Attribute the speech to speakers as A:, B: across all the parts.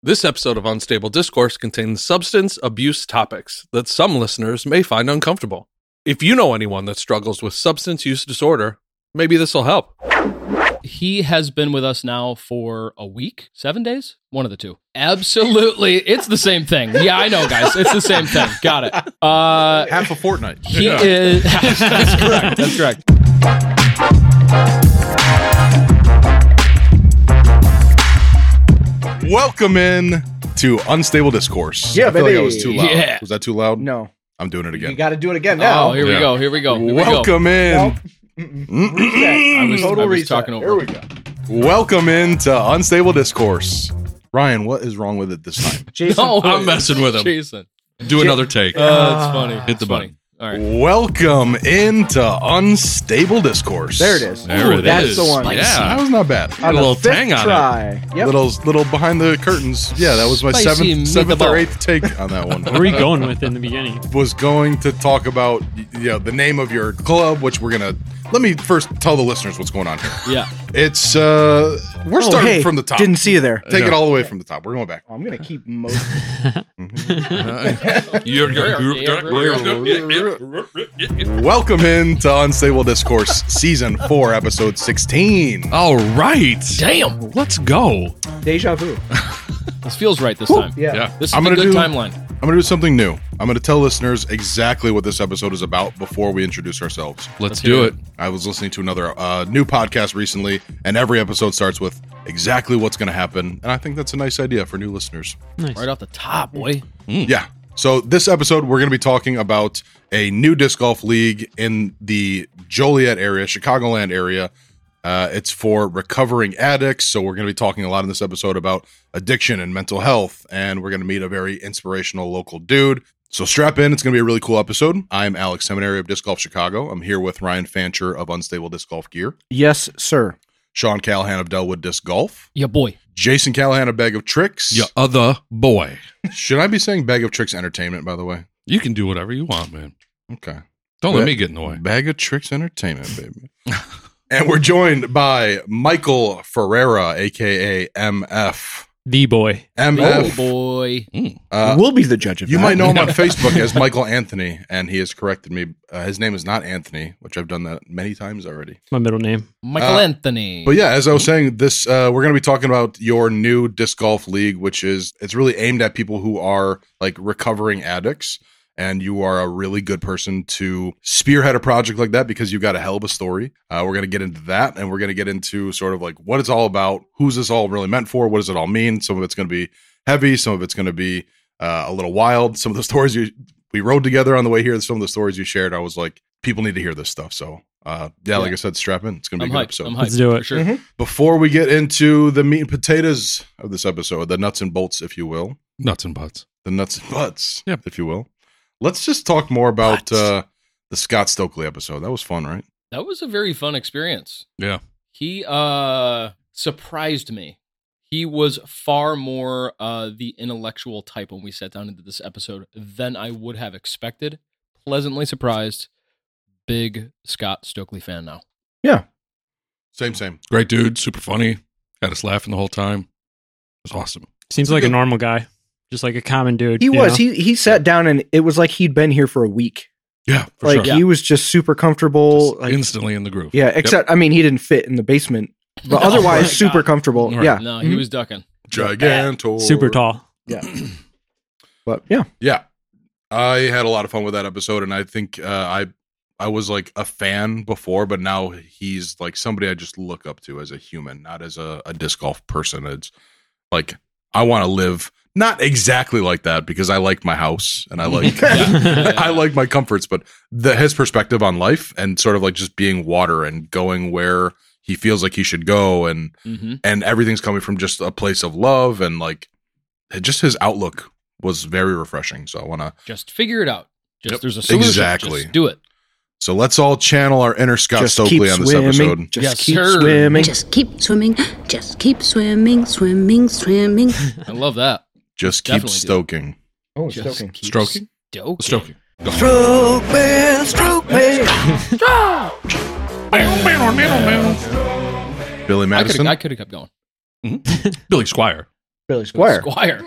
A: This episode of Unstable Discourse contains substance abuse topics that some listeners may find uncomfortable. If you know anyone that struggles with substance use disorder, maybe this will help.
B: He has been with us now for a week, seven days, one of the two. Absolutely, it's the same thing. Yeah, I know, guys, it's the same thing. Got it. Uh,
C: half a fortnight.
B: he is. that's correct. That's correct.
C: Welcome in to Unstable Discourse.
D: Yeah,
C: I feel like I
D: baby.
C: was too loud.
B: Yeah.
C: Was that too loud?
D: No,
C: I'm doing it again.
D: you got to do it again now.
B: Oh, here we
C: Yeah.
B: go. Here we go. Here
C: Welcome
D: Nope.
C: in.
B: We go. I was,
D: Total
B: I was
D: reset.
B: talking over.
D: Here we go.
C: Welcome in to Unstable Discourse. Ryan, what is wrong with it this time?
D: Jason,
B: No,
A: I'm messing with him.
B: Jason.
A: Do another take.
B: Uh, it's funny.
A: Hit the
B: It's funny.
A: button.
B: All right.
C: Welcome into Unstable Discourse.
D: there it is.
A: There it
D: that's
A: is.
D: the one.
B: Spicy.
A: Yeah.
C: That was not bad.
D: On
A: a
D: the
A: little
D: fifth
A: tang on it.
D: try. Yep.
C: Little little behind the curtains. Yeah, that was my
B: Spicy
C: seventh seventh
B: meatball.
C: or eighth take on that one.
E: Where are you going with in the beginning?
C: was going to talk about y- you know, the name of your club, which we're gonna let me first tell the listeners what's going on here.
B: Yeah.
C: It's uh we're
D: Oh,
C: starting
D: hey,
C: from the top.
D: Didn't see you there.
C: Take it all the way from the top. We're going back.
D: Oh, I'm gonna keep most.
A: You're- you're- you're-
C: Welcome in to Unstable Discourse, Season 4, Episode 16.
A: All right.
B: Damn.
A: Let's go.
D: Deja vu.
B: This feels right this time.
D: Yeah.
A: Yeah.
B: This is
C: I'm
B: a
C: gonna
B: good
C: do-
B: timeline.
C: I'm going to do something new. I'm going to tell listeners exactly what this episode is about before we introduce ourselves.
A: Let's do it.
C: I was listening to another uh, new podcast recently, and every episode starts with exactly what's going to happen. And I think that's a nice idea for new listeners.
E: Nice.
B: Right off the top, boy.
C: Yeah. So this episode, we're going to be talking about a new disc golf league in the Joliet area, Chicagoland area. Uh, it's for recovering addicts. So we're going to be talking a lot in this episode about addiction and mental health, and we're going to meet a very inspirational local dude. So strap in. It's going to be a really cool episode. I'm Alex Seminary of Disc Golf Chicago. I'm here with Ryan Fancher of Unstable Disc Golf Gear,
D: Yes, sir.
C: Sean Callahan of Delwood Disc Golf,
B: Yeah, boy.
C: Jason Callahan of Bag of Tricks.
A: Your other boy.
C: Should I be saying Bag of Tricks Entertainment, by the way?
A: You can do whatever you want, man.
C: Okay.
A: Don't let
C: Yeah.
A: me get in the way.
C: Bag of Tricks Entertainment, baby. and we're joined by Michael Ferreira, aka MF.
E: The boy.
B: Oh,
C: MF.
B: boy.
C: Uh,
D: we'll be the judge of
C: you
D: that. Mm-hmm.
C: might know him on Facebook as Michael Anthony, and he has corrected me. Uh, his name is not Anthony, which I've done that many times already.
E: My middle name.
B: Michael
C: Uh,
B: Anthony.
C: But yeah, as I was saying, this uh, we're going to be talking about your new disc golf league, which is it's really aimed at people who are like recovering addicts, and you are a really good person to spearhead a project like that because you've got a hell of a story. Uh, we're going to get into that, and we're going to get into sort of like what it's all about, who's this all really meant for, what does it all mean. Some of it's going to be heavy, some of it's going to be uh, a little wild. Some of the stories you we rode together on the way here, some of the stories you shared, I was like, people need to hear this stuff. So. Uh, yeah, like I said, strap in. It's gonna
B: I'm
C: be a good
B: hyped.
C: episode
B: I'm hyped.
E: Let's do
B: for
E: it.
D: Mm-hmm.
B: Sure.
C: before we get into the meat and potatoes of this episode, the nuts and bolts, if you will,
A: Nuts and butts.
C: the nuts and butts,
A: Yep.
C: if you will, let's just talk more about
E: Butts.
C: uh, the Scott Stokely episode. That was fun, right?
B: That was a very fun experience.
A: Yeah.
B: He uh surprised me. He was far more uh the intellectual type when we sat down into this episode than I would have expected. Pleasantly surprised. Big Scott Stokely fan now.
C: Same, same.
A: Great dude. Super funny. Had us laughing the whole time. It was awesome.
E: Seems like a normal guy. Just like a common dude.
D: He
E: you
D: was.
E: know?
D: He he sat down and it was like he'd been here for a week.
A: Yeah, for
D: Like
A: sure.
D: he was just super comfortable.
A: Just
D: like,
A: instantly in the groove.
D: yeah. Except I mean, he didn't fit in the basement, but
B: Oh
D: otherwise,
B: my
D: super
B: God.
D: comfortable.
A: Right.
D: Yeah.
B: No, he
D: Mhm.
B: was ducking.
C: Gigantor.
E: super tall.
D: But yeah.
C: Yeah, I had a lot of fun with that episode, and I think uh, I I was like a fan before, but now he's like somebody I just look up to as a human, not as a, a disc golf person. It's like I want to live not exactly like that because I like my house and I like I like my comforts, but the his perspective on life and sort of like just being water and going where he feels like he should go and
B: hmm
C: and everything's coming from just a place of love and like just his outlook was very refreshing. So I want to
B: Just figure it out. Just
A: Yep.
B: there's a solution.
C: Exactly.
B: Just do it.
C: so let's all channel our inner Scott
D: just
C: Stokely
D: keep
C: on this
D: swimming.
C: episode.
D: Just
B: Yes,
D: keep
B: sir.
D: swimming.
F: Just keep swimming. Just keep swimming, swimming, swimming.
B: I love that.
C: Just keep
B: Definitely do.
C: stoking.
D: Oh,
B: Just
D: stoking.
B: keep
A: Stroking?
B: Stoking.
A: Stoking.
D: Stroke man, stroke man.
B: I
C: Billy
B: could
C: Madison.
B: I could have kept going.
A: Billy Squire.
D: Billy Squire.
B: Squire.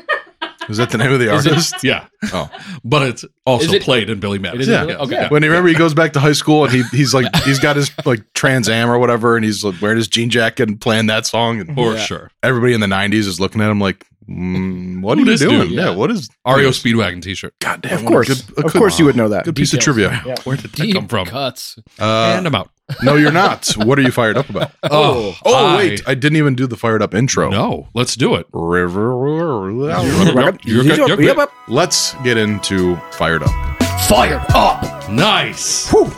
C: Is that the name of the
B: Is it-
C: artist?
A: Yeah.
C: Oh.
A: But it's also
B: Is it-
A: played in Billy
B: It
A: Madison.
B: is
C: Yeah.
B: Billy- Okay.
C: When he remember he goes back to high school and he he's like he's got his like Trans Am or whatever and he's like wearing his jean jacket and playing that song and
A: For
B: Yeah.
A: sure.
C: everybody in the '90s is looking at him like, mm, what are
A: Who
C: you
A: this
C: doing?
A: dude?
C: Yeah.
B: Yeah.
C: what is
A: REO Speedwagon t shirt.
C: Goddamn,
D: Of course, of course, you would know that.
C: Good piece of
B: Details.
C: trivia.
D: Yeah.
A: Where did that
B: Deep
A: come from?
B: cuts.
C: Uh,
A: and I'm out.
C: no, you're not. What are you fired up about?
A: Oh,
C: Oh
A: I-
C: wait, I didn't even do the fired up intro.
A: No, let's do it.
C: River.
A: You're good, you're good.
C: Let's get into fired up.
B: Fired up.
A: Nice.
D: Whew.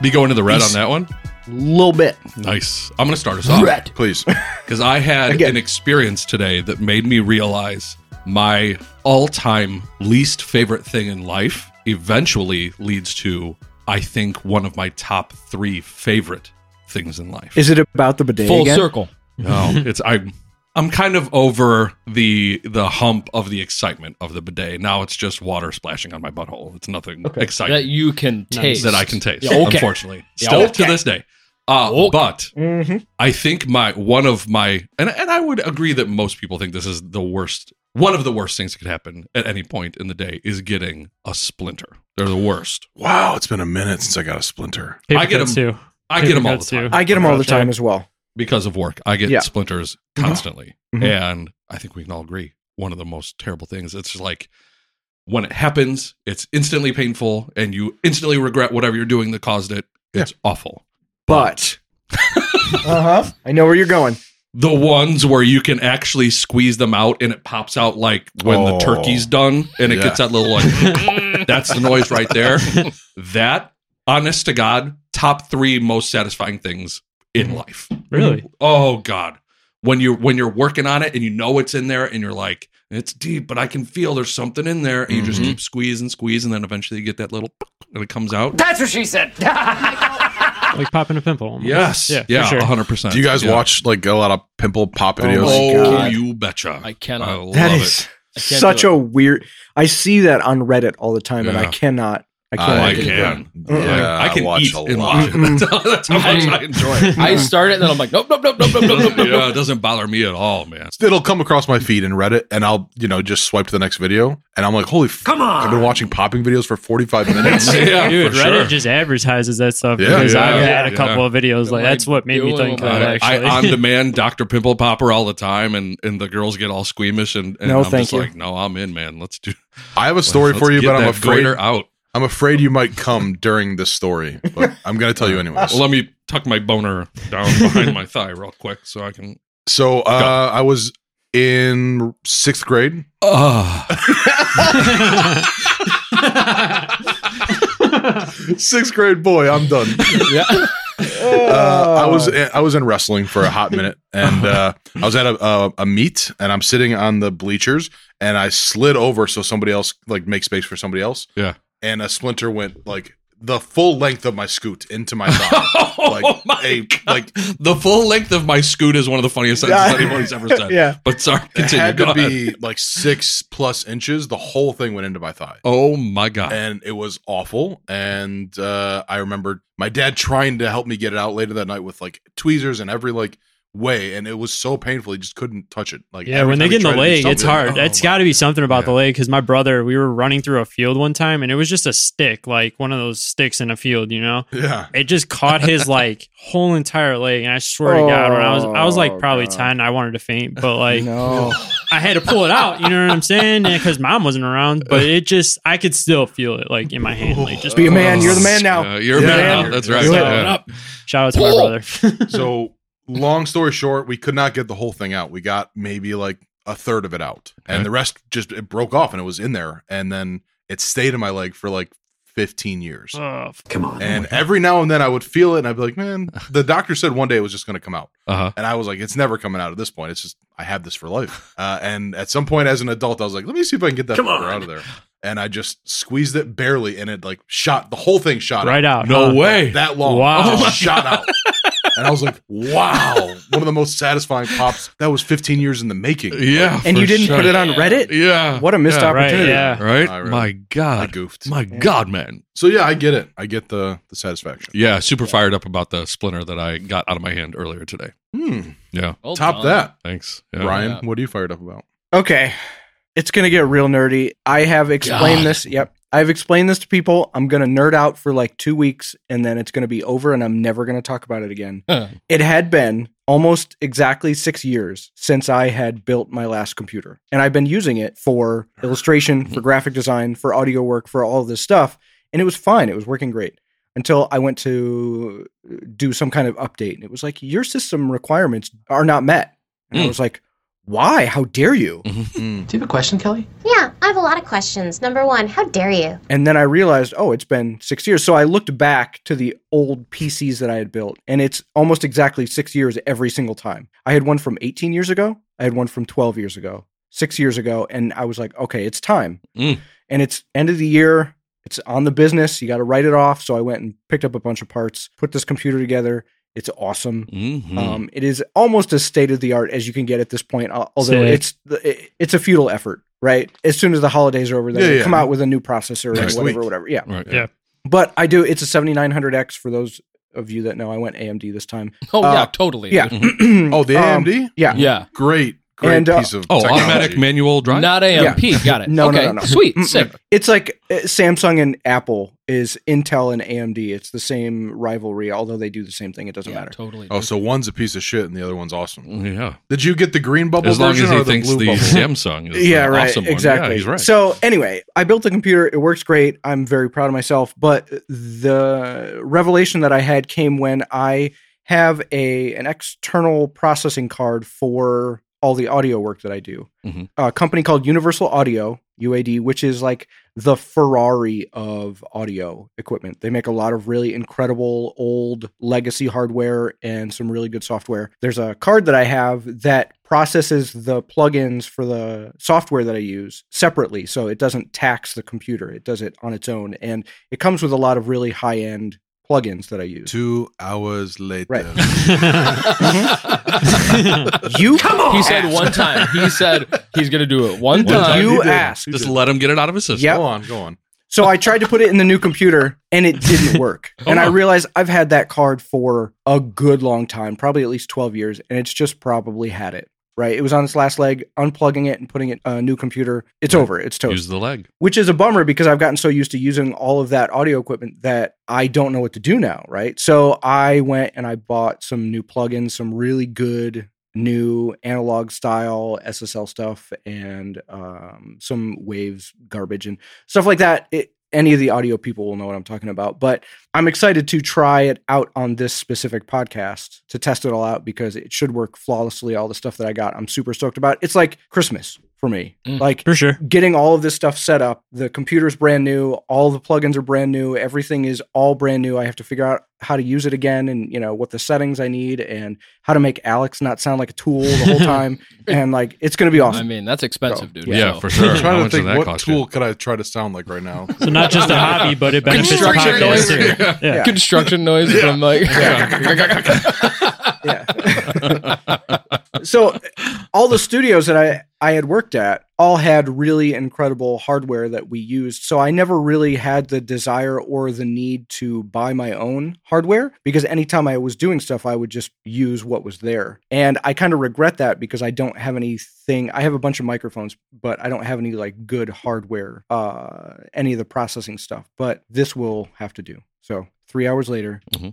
A: Be going to the red on that one.
D: little bit.
A: Nice. I'm going to start us off
B: Red.
C: Please.
A: because I had
D: Again.
A: an experience today that made me realize my all time least favorite thing in life eventually leads to, I think, one of my top three favorite things in life.
D: Is it about the bidet
B: Full
D: again?
B: circle.
A: No, Um, it's I'm I'm kind of over the the hump of the excitement of the bidet. Now it's just water splashing on my butthole. It's nothing exciting
B: That you can
E: Nice.
B: taste.
A: that I can taste.
B: Yeah, okay.
A: Unfortunately,
B: Yeah,
A: still to
B: okay.
A: this day. Uh,
B: Okay.
A: But
B: Mm-hmm.
D: Mhm.
A: I think my one of my and and I would agree that most people think this is the worst. One of the worst things that could happen at any point in the day is getting a splinter. They're the worst.
C: wow, it's been a minute since I got a splinter.
A: I get 'em-
E: too.
A: I
E: Paper
A: get them all the
E: cuts,
A: time
E: too.
D: I get them all the
E: Crochet.
D: time as well.
A: because of work. I get
D: Yeah.
A: splinters
D: Mhm.
C: Mm-hmm.
A: constantly,
D: Mhm.
A: and I think we can all agree one of the most terrible things. It's just like when it happens, it's instantly painful, and you instantly regret whatever you're doing that caused it. It's awful.
D: But uh
B: Uh-huh.
D: huh, I know where you're going.
A: The ones where you can actually squeeze them out and it pops out like when
C: Oh.
A: the turkey's done and it
C: Yeah.
A: gets that little like that's the noise right there. That, honest to God, top three most satisfying things
C: Mm-hmm.
A: in life.
E: Really?
A: Oh God. When you're when you're working on it and you know it's in there and you're like, it's deep, but I can feel there's something in there. And you just
E: Mm-hmm.
C: Mhm.
A: keep squeezing, squeeze, and then eventually you get that little and it comes out.
G: That's what she said.
E: Like popping a pimple. almost.
A: Mm-hmm. Yes.
E: Yeah.
A: Yeah. Oh,
E: For sure.
A: hundred percent.
C: Do you guys
A: yeah.
C: watch like a lot of pimple pop
D: my
C: videos?
D: God.
A: Oh, you betcha.
B: I cannot.
A: I love
D: That is
A: it.
B: I can't
D: such
B: do
D: a
B: it.
D: weird. I see that on Reddit all the time, and
A: Yeah.
D: I cannot. I
C: I
D: cannot.
A: I
D: get it
A: can.
D: done.
C: Yeah,
D: Uh-uh.
A: I, I can
C: watch
A: eat
C: a
A: and watch
C: lot.
A: it. That's how- That's how much I enjoy it.
B: I started, then I'm like, nope, nope, nope, nope, nope, nope, nope.
A: yeah, it doesn't bother me at all, man.
C: It'll come across my feed in Reddit, and I'll you know just swipe to the next video, and I'm like, holy, come on! I've been watching popping videos for 45 minutes.
A: Yeah,
E: Dude,
A: for
E: Reddit
A: sure.
E: just advertises that stuff
C: Yeah.
E: because
A: Yeah.
E: I've had
A: Yeah.
E: a couple of videos like
B: Am I
E: that's what made me
B: doing
E: think of
B: what
E: it.
A: I,
E: Actually,
A: on demand Dr. Pimple Popper all the time, and, and the girls get all squeamish, and, and
D: No,
A: I'm
D: thank
A: just
D: you.
A: like, no, I'm in, man. Let's do
C: I have a story
A: let's
C: for you,
A: get
C: but I'm
A: that
C: afraid
A: goiter out.
C: I'm afraid you might come during this story, but I'm gonna tell you anyways.
A: Well, let me tuck my boner down behind my thigh real quick so I can.
C: So uh, I was in sixth grade.
A: Ah.
C: Sixth grade boy, I'm done.
B: yeah.
C: Uh, I
A: Oh.
D: Oh.
C: was I was in wrestling for a hot minute, and uh, I was at a, a a meet, and I'm sitting on the bleachers, and I slid over so somebody else like make space for somebody else.
A: Yeah.
C: and a splinter went like the full length of my scoot into my thigh. Like
A: oh my
C: a-
A: God.
C: like-
A: the full length of my scoot is one of the funniest sentences
D: Yeah.
A: anybody's ever said.
D: Yeah.
A: But sorry,
C: it
A: continue.
C: had
A: Go
C: to
A: ahead.
C: be like six plus inches. The whole thing went into my thigh.
A: Oh my god!
C: and it was awful. And uh, I remember my dad trying to help me get it out later that night with like tweezers and every like way, and it was so painful. He just couldn't touch it. Like
E: Yeah,
C: every
E: when they
C: time he
E: get in
C: tried to
E: the
C: do
E: leg, it's
C: something-
E: hard.
C: Oh
E: it's
C: my
E: got to be
C: God.
E: something about the
C: Yeah.
E: leg because my brother, we were running through a field one time and it was just a stick, like one of those sticks in a field, you know?
C: Yeah,
E: It just caught his like whole entire leg, and I swear to God, when I was I was
D: Oh,
E: like probably
D: God.
E: ten, I wanted to faint, but like
D: No.
E: I had to pull it out. You know what I'm saying? Because mom wasn't around, but it just I could still feel it like in my hand, like just Oh.
D: Be a man. You're the man now.
A: Uh, you're
C: Yeah.
A: a man.
E: Yeah.
A: now. That's right.
E: Do it.
A: Yeah.
E: Shout out to my brother.
C: so long story short, we could not get the whole thing out. We got maybe like a third of it out,
A: Okay.
C: and the rest just it broke off and it was in there, and then it stayed in my leg for like. 15 years.
E: Oh, f-
C: and every now and then I would feel it and I'd be like, man, the doctor said one day it was just going to come out.
A: Uh-huh.
C: And I was like, it's never coming out at this point. It's just I have this for life. Uh, and at some point as an adult, I was like, let me see if I can get that fucker out of there. And I just squeezed it barely, and it like shot the whole thing shot
E: right
C: out.
E: out.
A: No
D: Uh,
E: huh?
A: way.
C: that long.
E: Wow.
C: It
E: Oh my
C: just shot out. And I was like, wow, one of the most satisfying pops. That was 15 years in the making.
A: yeah.
D: And
A: for
D: you didn't
A: sure.
D: put it on Reddit.
A: Yeah.
D: What a missed
A: Yeah,
E: Right.
D: opportunity.
E: Yeah.
A: Right.
C: I really-
A: My
C: I
A: God.
C: goofed.
A: My God, man.
C: So yeah, I get it. I get the the satisfaction.
A: Yeah. Super fired up about the splinter that I got out of my hand earlier today.
C: Hmm.
A: Yeah.
B: Well
C: Top
B: done.
C: that,
A: Thanks. Yeah.
C: Ryan.
B: Yeah.
C: What are you fired up about?
D: Okay. It's going to get real nerdy. I have explained
B: God.
D: this. Yep. I've explained this to people. I'm going to nerd out for like two weeks and then it's going to be over and I'm never going to talk about it again.
B: Huh.
D: It had been almost exactly six years since I had built my last computer. And I've been using it for illustration, for graphic design, for audio work, for all this stuff. And it was fine. It was working great until I went to do some kind of update. And it was like, your system requirements are not met. And I
B: Hmm.
A: Mm.
D: was like, why? How dare you?
C: Hmm.
G: Do you have a question, Kelly?
H: Yeah, I have a lot of questions. Number one, how dare you?
D: And then I realized, oh, it's been six years. So I looked back to the old PCs that I had built, and it's almost exactly six years every single time. I had one from 18 years ago, I had one from 12 years ago, six years ago, and I was like, okay, it's time.
A: Mm.
D: And it's end of the year, it's on the business, you got to write it off. So I went and picked up a bunch of parts, put this computer together. It's awesome.
A: Mhm.
D: Um, it is almost as state of the art as you can get at this point. al- Although
E: Sick.
D: it's it- it's a futile effort, right? As soon as the holidays are over, they
C: Yeah, yeah.
D: come out with a new processor or
C: Next
D: whatever,
C: week.
D: whatever. Yeah,
A: Right.
E: Yeah.
D: but I do. It's a 7900X for those of you that know. I went AMD this time.
B: Oh yeah,
D: Uh,
B: totally.
D: Yeah.
C: Oh, the
D: Um,
C: AMD.
D: yeah.
B: Yeah.
C: Great, great
D: And, uh,
C: piece of
A: Oh,
C: technology.
A: automatic manual drive.
B: Not AMP. Got it.
D: No, no,
B: okay.
D: no, no.
B: Sweet.
D: Mm-mm.
B: Sick.
D: It's like uh, Samsung and Apple is Intel and AMD. It's the same rivalry, although they do the same thing. It doesn't
B: Yeah,
D: matter.
B: Totally.
C: Oh, so one's a piece of shit and the other one's awesome.
A: yeah.
C: Did you get the green bubble
A: As long
C: version
A: as he
C: or the
A: thinks
C: blue
A: the
C: bubble?
A: Samsung is
D: yeah,
A: the
D: right.
A: awesome one.
D: exactly.
A: Yeah, he's right.
D: So anyway, I built the computer. It works great. I'm very proud of myself. But the revelation that I had came when I have a an external processing card for all the audio work that I do.
A: Mhm.
D: A company called Universal Audio (UAD), which is like the Ferrari of audio equipment. They make a lot of really incredible old legacy hardware and some really good software. There's a card that I have that processes the plugins for the software that I use separately. So it doesn't tax the computer, it does it on its own. And it comes with a lot of really high end plugins that I use.
C: Two hours later.
D: Right.
E: you
D: You come
B: He said one time. He said he's gonna do it one,
C: One time.
B: time.
C: He
D: You
C: did.
D: asked.
C: He
A: Just
C: did.
A: let him get it out of his system.
D: Yep.
C: Go on, go on.
D: So I tried to put it in the new computer and it didn't work. and I realized I've had that card for a good long time, probably at least 12 years, and it's just probably had it. Right. It was on its last leg, unplugging it and putting it a new computer. It's over. It's toast.
A: Use the leg.
D: which is a bummer because I've gotten so used to using all of that audio equipment that I don't know what to do now, right? So I went and I bought some new plugins, some really good new analog style SSL stuff, and um, some waves garbage and stuff like that. It, any of the audio people will know what I'm talking about, but I'm excited to try it out on this specific podcast to test it all out because it should work flawlessly. All the stuff that I got, I'm super stoked about. It's like Christmas for me.
B: Mm.
D: Like
E: for sure.
D: getting all of this stuff set up. The computer's brand new, all the plugins are brand new, everything is all brand new. I have to figure out how to use it again and you know what the settings I need and how to make Alex not sound like a tool the whole time. and like it's gonna be
B: I
D: awesome.
B: mean, that's expensive, dude.
A: Yeah,
B: so.
A: for sure.
C: I'm
A: How
C: trying to
A: much did
C: think
A: that
C: what
A: cost you?
C: tool could I try to sound like right now?
E: So not just a hobby, but it benefits the
B: Construction
E: podcast. too.
B: noise.
E: Yeah.
D: Yeah.
B: Construction noise from like.
D: so all the studios that I I had worked at all had really incredible hardware that we used. So I never really had the desire or the need to buy my own hardware because anytime I was doing stuff, I would just use what was there. And I kind of regret that because I don't have anything. I have a bunch of microphones, but I don't have any like good hardware, uh, any of the processing stuff. But this will have to do. So three hours later,
B: Um,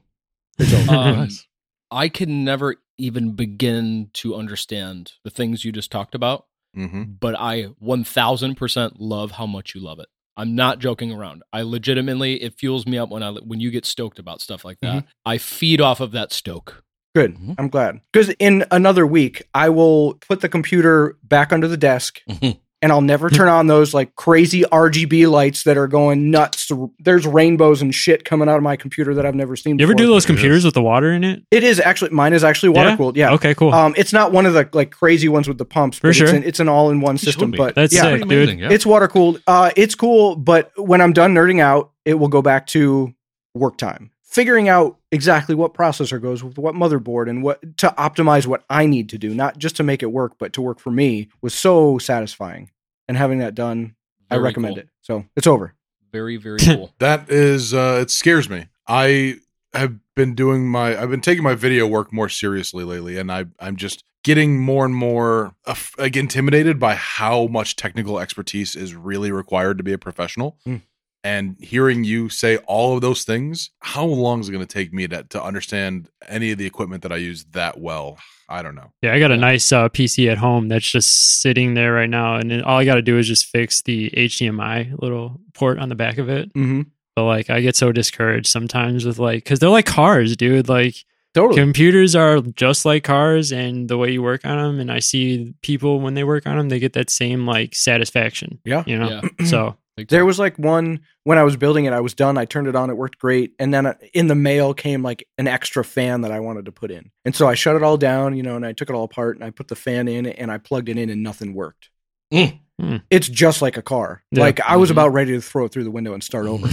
A: Nice.
B: I can never even begin to understand the things you just talked about,
C: Mm-hmm.
B: but I 1000% love how much you love it. I'm not joking around. I legitimately it fuels me up when I when you get stoked about stuff like
D: Mm-hmm.
B: that. I feed off of that stoke.
D: Good.
E: Mm-hmm.
A: Mhm.
D: I'm glad. Because in another week, I will put the computer back under the desk
E: Mm-hmm.
A: Mhm.
D: and I'll never turn on those like crazy RGB lights that are going nuts. There's rainbows and shit coming out of my computer that I've never seen
E: You ever
D: before.
E: do those computers with the water in it?
D: It is actually, mine is actually
E: Yeah?
D: water cooled. Yeah.
E: Okay, cool.
D: Um, it's not one of the like crazy ones with the pumps,
E: For
D: but
E: sure.
D: it's, an, it's an all in one
A: showed
D: system.
A: me.
D: But
E: That's
D: yeah,
E: sick.
A: Pretty
E: dude.
A: amazing, yeah.
D: it's water cooled. Uh, it's cool, but when I'm done nerding out, it will go back to work time. Figuring out exactly what processor goes with what motherboard and what to optimize what I need to do, not just to make it work, but to work for me was so satisfying. And having that done, I
B: Very
D: recommend
B: cool.
D: it. So it's over.
B: Very very cool.
C: That is, uh, it scares me. I have been doing my I've been taking my video work more seriously lately, and I I'm just getting more and more aff- like intimidated by how much technical expertise is really required to be a professional.
B: Hmm.
D: Mm.
C: And hearing you say all of those things, how long is it going to take me to to understand any of the equipment that I use that well? I don't know.
E: Yeah, I got a nice uh, PC at home that's just sitting there right now, and then all I got to do is just fix the HDMI little port on the back of it.
D: Mm-hmm.
E: But like, I get so discouraged sometimes with like, because they're like cars, dude. Like
D: Totally.
E: computers are just like cars, and the way you work on them, and I see people when they work on them, they get that same like satisfaction.
D: Yeah.
E: you know.
B: Yeah.
E: So
B: Big
D: There
B: time.
D: was like one when I was building it, I was done. I turned it on, it worked great. And then uh, in the mail came like an extra fan that I wanted to put in. And so I shut it all down, you know, and I took it all apart and I put the fan in and I plugged it in and nothing worked.
A: Mm.
E: Mm.
D: It's just like a car.
E: Yeah.
D: Like I was
B: Mhm.
D: about ready to throw it through the window and start over.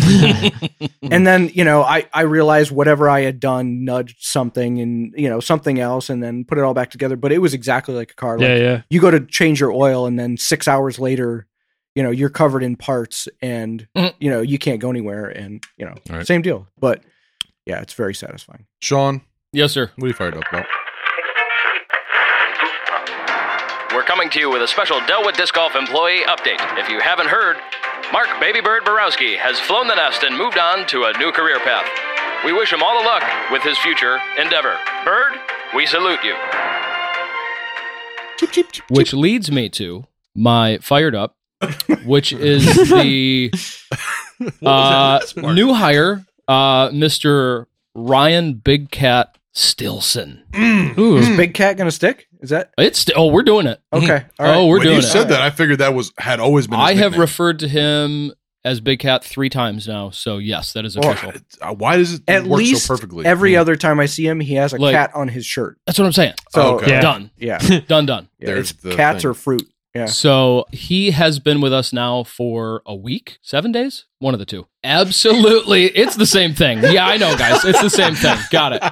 D: and then, you know, I, I realized whatever I had done nudged something and, you know, something else and then put it all back together. But it was exactly like a car. Like,
E: yeah, yeah,
D: you go to change your oil and then six hours later you know you're covered in parts and
B: Mhm.
D: you know you can't go anywhere and you know
A: Right.
D: same deal but yeah it's very satisfying
C: Sean,
B: yes, sir.
C: what are you fired up about?
I: We're coming to you with a special Delwood Disc Golf employee update. If you haven't heard, Mark Babybird Borowski has flown the nest and moved on to a new career path. We wish him all the luck with his future endeavor. Bird, we salute you.
B: Which leads me to my fired up, which is the uh, new hire, uh, Mr. Ryan Big Cat Stilson.
E: Ooh.
B: Hmm.
D: is big cat gonna stick is that
B: It's oh, we're doing it.
D: Mm.
C: Hmm.
D: okay all right
B: Oh, we're
C: when
B: doing
C: you
B: it.
C: said that, I figured that was had always been. his
B: I have
C: nickname.
B: referred to him as Big Cat three times now, so yes, that is
D: Oh,
B: official.
C: It's- uh, Why does it
D: at
C: work
D: least
C: so perfectly? Hmm.
D: every
B: Hmm.
D: other time i see him he has a
B: Like-
D: cat on his shirt
B: That's what I'm saying.
D: so
C: Oh, Okay.
E: Yeah.
B: Done,
D: Oh, yeah,
B: done, done.
D: yeah
C: There's
D: it's
C: the
D: cats
C: thing.
D: are fruit yeah
B: So he has been with us now for a week, seven days, one of the two. Absolutely, it's the same thing. Yeah, I know, guys, it's the same thing. Got it.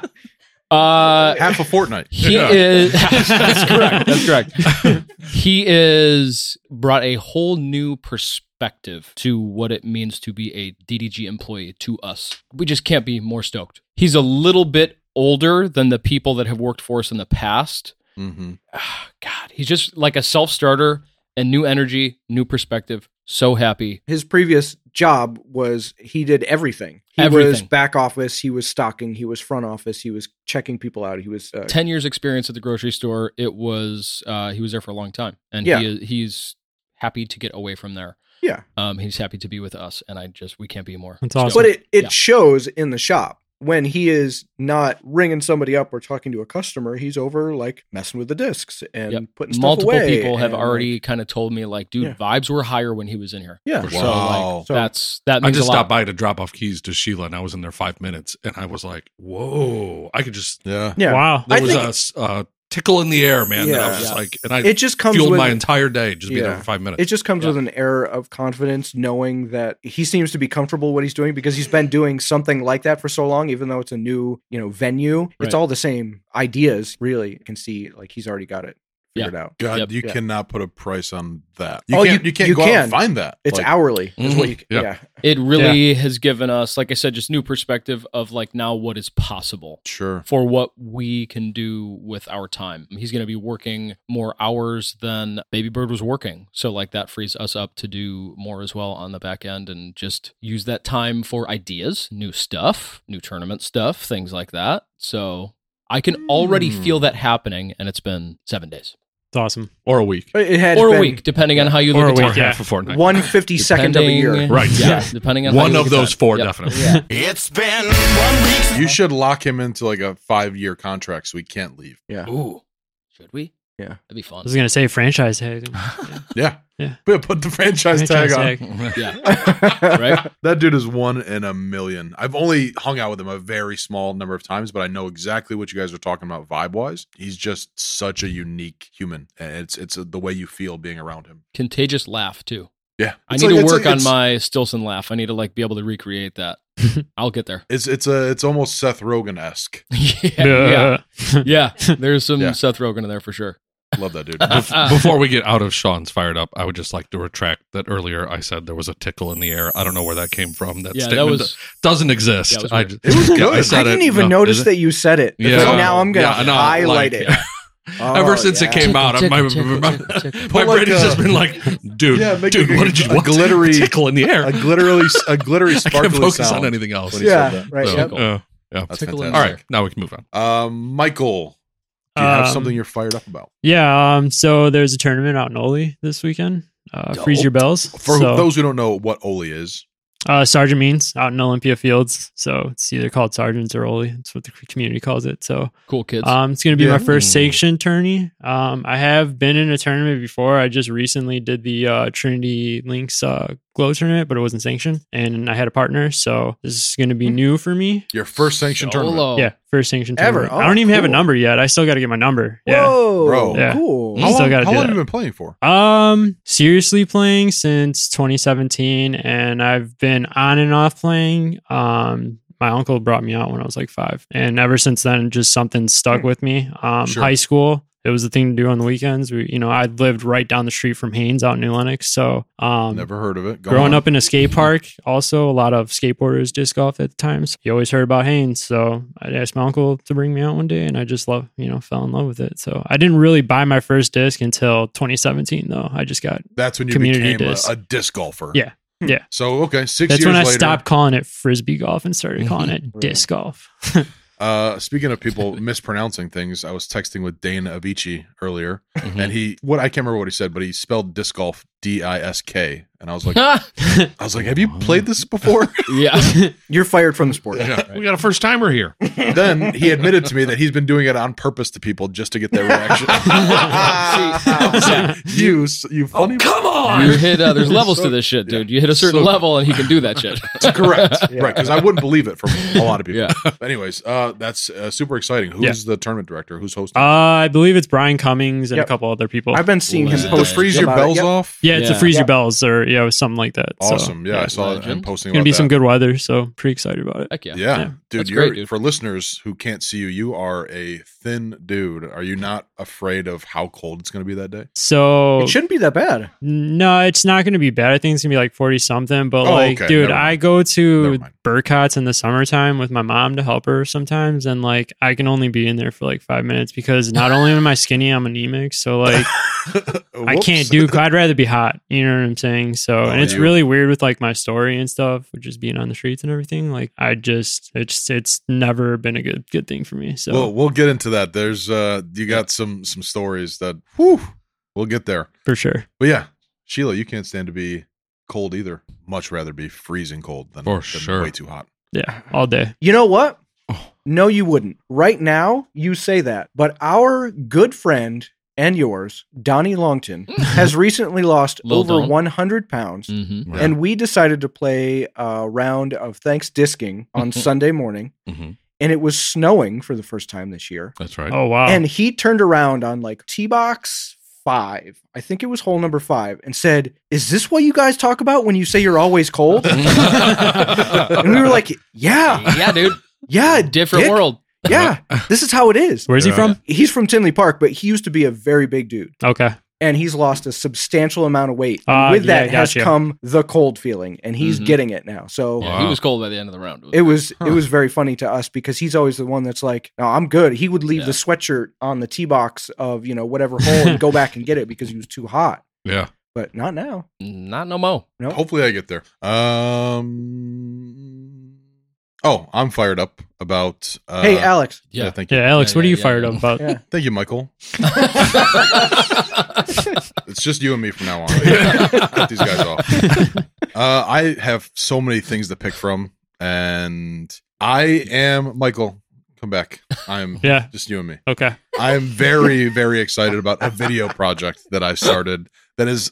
B: Uh,
C: half a fortnight.
B: He
C: Yeah.
B: is. that's correct. That's correct. he is brought a whole new perspective to what it means to be a DDG employee to us. We just can't be more stoked. He's a little bit older than the people that have worked for us in the past.
C: Mhm.
B: Ah, God, he's just like a self starter and new energy, new perspective. So happy.
D: his previous job was he did everything he was
B: Everything.
D: back office he was stocking he was front office he was checking people out he was uh,
B: 10 years experience at the grocery store it was uh he was there for a long time and
D: Yeah.
B: he is, he's happy to get away from there
D: Yeah.
B: um he's happy to be with us and i just we can't be more
E: That's awesome.
B: stoked.
D: But it, it
B: Yeah.
D: shows in the shop when he is not ringing somebody up or talking to a customer. He's over like messing with the discs and
B: Yep.
D: putting stuff
B: multiple
D: away
B: people have
D: and,
B: already
D: like,
B: kind of told me like dude
D: Yeah.
B: vibes were higher when he was in here
D: yeah.
A: For
D: So,
A: sure.
C: Wow.
D: like, so
B: that's that
A: I
B: means
A: just
B: a lot
A: stopped by to drop off keys to Sheila, and I was in there five minutes, and I was like, "Whoa!" I could just
C: Yeah.
D: yeah.
E: wow.
A: there
D: I
A: was
D: think-
A: a s- uh, tickle in the air, man. That I was
D: Yeah.
A: just like, and I
D: It just comes
A: fueled
D: with
A: my entire day just being there
D: Yeah.
A: for five minutes.
D: it just comes
B: Yeah.
D: with an air of confidence knowing that he seems to be comfortable what he's doing because he's been doing something like that for so long even though it's a new, you know, venue.
B: Right.
D: It's all the same ideas really. You can see like he's already got it figured out.
C: God,
B: Yep.
C: you
D: Yeah.
C: cannot put a price on that. You
D: Oh,
C: can't. You,
D: you-
C: can't
D: you
C: go out and
D: can.
C: find that.
D: It's
C: Like,
D: hourly. Is
B: mm-hmm.
D: what
A: Mhm.
D: you
A: Yeah.
D: yeah.
B: it really has given us like i said just new perspective of like now what is possible
C: Sure.
B: for what we can do with our time. He's going to be working more hours than Baby Bird was working. So, like, that frees us up to do more as well on the back end and just use that time for ideas, new stuff, new tournament stuff, things like that. So, I can already
C: Hmm.
B: feel that happening, and it's been seven days
E: It's awesome.
A: or a week,
D: It had
B: or a
D: been
B: week, depending on how you look
E: Or a
B: at
E: week,
B: time.
E: yeah.
A: half a fortnight.
D: one fifty second of a year.
B: Depending-
A: Right,
B: Yeah.
A: yeah.
B: Depending on how you
A: One
B: look
A: of
B: at
A: those
B: time.
A: four,
B: Yep.
A: definitely.
D: Yeah.
I: It's been one week.
C: You should lock him into like a five-year contract so he can't leave.
B: Ooh. Should we?
D: Yeah.
B: That'd be fun.
E: I was gonna say franchise tag.
C: Yeah.
E: Yeah.
C: But Put the franchise,
E: Franchise
C: tag on.
E: tag.
B: Yeah.
D: right?
C: That dude is one in a million. I've only hung out with him a very small number of times, but I know exactly what you guys are talking about vibe wise. He's just such a unique human. And it's it's the way you feel being around him.
B: Contagious laugh, too.
C: Yeah.
B: I
C: It's
B: need
C: like-
B: to
C: it's
B: work
C: like-
B: on
C: it's-
B: my Stilson laugh. I need to like be able to recreate that. I'll get there.
C: It's it's a it's almost Seth Rogen esque.
B: yeah, yeah,
E: Yeah.
B: yeah. There's some
C: Yeah.
B: Seth Rogen in there for sure.
C: Love that dude.
B: Uh,
A: Bef- Before we get out of Sean's fired up, I would just like to retract that earlier I said there was a tickle in the air. I don't know where that came from. That
B: yeah, that
A: statement
B: was
A: doesn't exist.
B: Yeah, it was
A: I
B: weird.
A: just,
C: It was
A: yeah,
C: good. I
A: said
D: I didn't
A: it.
D: even
A: No,
D: notice
A: is it?
D: that you said it.
A: Yeah.
D: So now I'm gonna
A: Yeah, I know,
D: highlight
A: like,
D: it.
A: yeah. Ever since it came
B: Tickle,
A: out,
B: tickle,
A: my, my,
B: tickle,
A: my,
B: tickle, tickle.
A: my
C: But like,
A: brain has just
C: uh,
A: been like, dude,
C: Yeah, make
A: dude,
C: a-
A: what did you
C: a
A: what?
C: glittery-
A: tickle in the air?
C: a glittery, a glittery
A: I can't
C: sparkly
A: focus
C: sound.
A: on anything else.
C: What he said
D: Yeah,
C: that.
D: right.
A: So,
D: yep.
A: uh,
C: That's
B: Tickle in
C: fantastic.
A: all right, now we can move on.
C: Um, Michael, do you have
E: Um,
C: something you're fired up about?
E: Yeah. Um. So there's a tournament out in Ole this weekend. Uh, freeze your bells.
C: For
E: so,
C: those who don't know what Oli is,
E: uh, Sergeant Means out in Olympia Fields. So it's either called Sergeants or Ole. That's what the community calls it. So
B: cool kids.
C: Uh,
E: um, it's going to be
C: Yeah.
E: my first
A: Mm.
E: sanction tourney. Um, I have been in a tournament before. I just recently did the uh, Trinity Links uh, Glow tournament, but it wasn't sanctioned, and I had a partner. So this is going to be new for me.
C: your first sanction tournament.
B: Solo.
E: Yeah, first sanctioned
D: Ever.
E: tournament.
D: Oh,
E: I don't even have a
D: cool.
E: number yet. I still got to get my number. Yeah.
D: Whoa,
C: Bro.
E: Yeah.
D: cool.
E: Mm.
C: How
E: Still
C: long,
E: gotta
C: how
E: do
C: long have
E: that.
C: you been playing for?
E: Um, seriously playing since 2017, and I've been on and off playing. Um, my uncle brought me out when I was like five, and ever since then, just something stuck with me. Um,
C: Sure.
E: high school. It was the thing to do on the weekends. We, you know, I lived right down the street from Haynes out in New Lenox. So, um,
C: Never heard of it. Go
E: growing
C: on.
E: up in a skate park, also a lot of skateboarders disc golf at the times. you always heard about Haynes, so I asked my uncle to bring me out one day, and I just love, you know, fell in love with it. So I didn't really buy my first disc until 2017, though. I just got
C: that's when you
E: community
C: became
E: disc.
C: A, a disc golfer. Hmm.
E: Yeah. Yeah.
C: So okay, six
E: that's
C: years
E: when I
C: later. Mm-hmm.
E: stopped calling it frisbee golf and started calling it disc golf.
C: Uh, speaking of people mispronouncing things, I was texting with Dane Avicii earlier,
E: Mm-hmm.
C: and he what I can't remember what he said, but he spelled disc golf D I S K, and I was like, I was like, have you played this before?
B: yeah.
D: You're fired from the sport.
A: We got a first timer here.
C: then he admitted to me that he's been doing it on purpose to people just to get their reaction. I was like, you, s-
E: Oh,
C: you funny. come on.
B: You hit uh, there's levels to this shit, dude. You hit a certain
C: So-
B: level and he can do that shit.
C: Correct.
D: Yeah.
C: Right. Because I wouldn't believe it from a lot of people.
B: Yeah.
C: Anyways, uh, that's uh, super exciting. Who's the tournament director? Who's hosting?
E: uh, I believe it's Brian Cummings and
D: Yep.
E: a couple other people.
D: I've been seeing him
B: Is it the
D: post
C: Freeze your
D: about it.
C: bells
D: Yep.
C: off.
E: uh, yeah, it's
B: Yeah.
E: the Freeze
D: Yeah.
E: Your Bells or yeah, it was something like that. So,
C: Awesome. yeah, I saw him
B: Legend.
E: It's
C: posting.
E: gonna
C: about
E: be some
C: that.
E: good weather, so pretty excited about it.
B: Heck yeah.
C: Yeah.
E: Yeah.
C: Dude,
B: That's
C: you're
B: great, dude.
C: for listeners who can't see you, you are a thin dude. Are you not afraid of how cold it's going to be that day?
E: So
D: It shouldn't be that bad.
E: No, it's not going to be bad. I think it's going to be like 40 something. But
C: Oh,
E: like,
C: okay.
E: dude,
C: Never mind.
E: I go
C: Never
E: to
C: mind.
E: Burcott's in the summertime with my mom to help her sometimes. And like, I can only be in there for like five minutes because not only am I skinny, I'm anemic. So like, I can't do, I'd rather be hot. You know what I'm saying? So,
C: Oh,
E: and it's
C: you-
E: really weird with like my story and stuff, with just being on the streets and everything. Like, I just, it's, it's never been a good, good thing for me. So,
C: Well, we'll get into that. There's uh you got some some stories that whew, we'll get there.
E: for sure.
C: But yeah, Sheila, you can't stand to be cold either. Much rather be freezing cold than,
A: For
C: than
A: sure.
C: way too hot.
E: Yeah. All day.
D: You know what?
A: Oh.
D: No, you wouldn't. Right now, you say that, but our good friend and yours, Donnie Longton,
A: Mm.
D: has recently lost
B: Lil
D: over
B: Don.
D: 100 pounds.
B: Mm-hmm.
A: Yeah.
D: And we decided to play a round of thanks disking on Sunday morning,
B: Mm-hmm.
A: hmm
D: and it was snowing for the first time this year.
A: That's right.
E: Oh, wow.
D: And he turned around on like T box five, I think it was hole number five, and said, Is this what you guys talk about when you say you're always cold? and we were like, Yeah,
B: Yeah, dude.
D: yeah,
B: Different
D: dick.
B: world.
D: Yeah, this is how it is.
E: Where's he
A: Yeah.
E: from?
D: He's from Tinley Park, but he used to be a very big dude.
E: Okay.
D: And he's lost a substantial amount of weight. And
E: Ah,
D: with
E: yeah,
D: that has
E: gotcha.
D: come the cold feeling, and he's
B: Mhm.
D: getting it now. So
B: Yeah,
A: Wow.
B: He was cold by the end of the round.
D: it was
C: Huh.
D: it was very funny to us because he's always the one that's like, "No, I'm good." He would leave
B: Yeah.
D: the sweatshirt on the tee box of you know whatever hole and go back and get it because he was too hot.
A: Yeah.
D: But not now.
B: not no mo.
C: Hopefully I get there. Um Oh, I'm fired up about uh
D: hey, Alex,
C: yeah, thank you.
E: Yeah. Alex,
B: Yeah,
E: what are
B: yeah,
E: you
B: yeah,
E: fired
B: yeah.
E: up about?
D: Yeah.
C: Thank you, Michael. It's just you and me from now on. Cut these guys off. Uh, I have so many things to pick from, and I am Michael. Come back. I'm
E: Yeah.
C: just you and me.
E: Okay.
C: I am very, very excited about a video project that I've started that is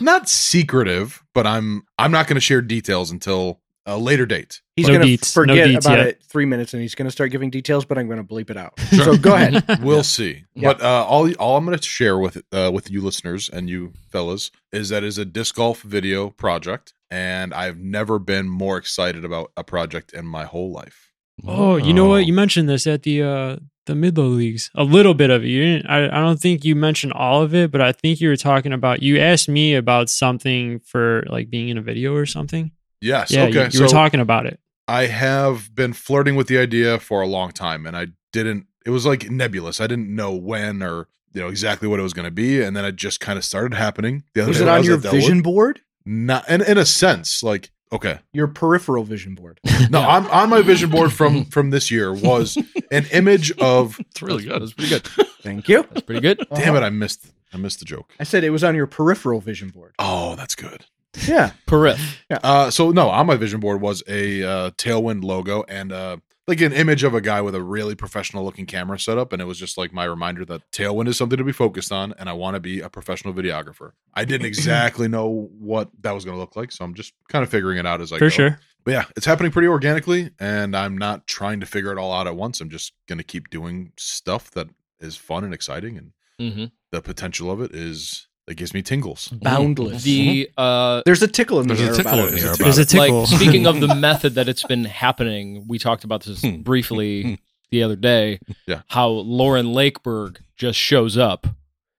C: not secretive, but I'm I'm not going to share details until a later date.
D: he's
E: No
D: gonna
E: deets. No
D: forget
E: deets
D: about
E: yet.
D: it three minutes, and he's gonna start giving details, but I'm gonna bleep it out.
A: Sure.
D: So go ahead.
C: We'll see.
D: Yeah.
C: But uh, all all I'm going to share with uh, with you listeners and you fellas is that is a disc golf video project, and I've never been more excited about a project in my whole life.
E: Oh, you know what? You mentioned this at the uh the middle leagues. A little bit of it. You didn't, I, I don't think you mentioned all of it, but I think you were talking about, you asked me about something for like being in a video or something.
C: Yes.
E: yeah, you,
C: okay.
E: you were talking about it.
C: I have been flirting with the idea for a long time and I didn't it was like nebulous. I didn't know when or you know exactly what it was going to be and then it just kind of started happening. The
D: Was
C: day
D: it
C: when I
D: on your
C: at Dellwood-
D: vision board?
C: Not in, in a sense like okay.
D: Your peripheral vision board.
C: No, I'm on my vision board from from this year was an image of
A: It's really good.
B: That's pretty good.
D: Thank you. Uh-huh.
B: That's pretty good.
C: damn it I missed I missed the joke.
D: I said it was on your peripheral vision board.
C: Oh, that's good.
D: Yeah.
B: Perif.
C: Uh, so no, on my vision board was a uh, Tailwind logo and uh, like an image of a guy with a really professional looking camera setup, and it was just like my reminder that Tailwind is something to be focused on, and I want to be a professional videographer. I didn't exactly know what that was going to look like, so I'm just kind of figuring it out as I
B: oh,
C: go.
E: for sure.
C: But yeah, it's happening pretty organically, and I'm not trying to figure it all out at once. I'm just going to keep doing stuff that is fun and exciting, and
B: Mm-hmm.
C: the potential of it is it gives me tingles.
B: Mm.
D: Boundless.
B: The uh,
D: There's a tickle in the
A: There's a
D: air
A: tickle
D: about
A: in
D: it.
A: the air about
E: There's a
A: it.
E: tickle.
B: Like speaking of the method that it's been happening, we talked about this
A: Hmm. Hmm.
B: briefly the other day.
C: Yeah.
B: How Lauren Lakeberg just shows up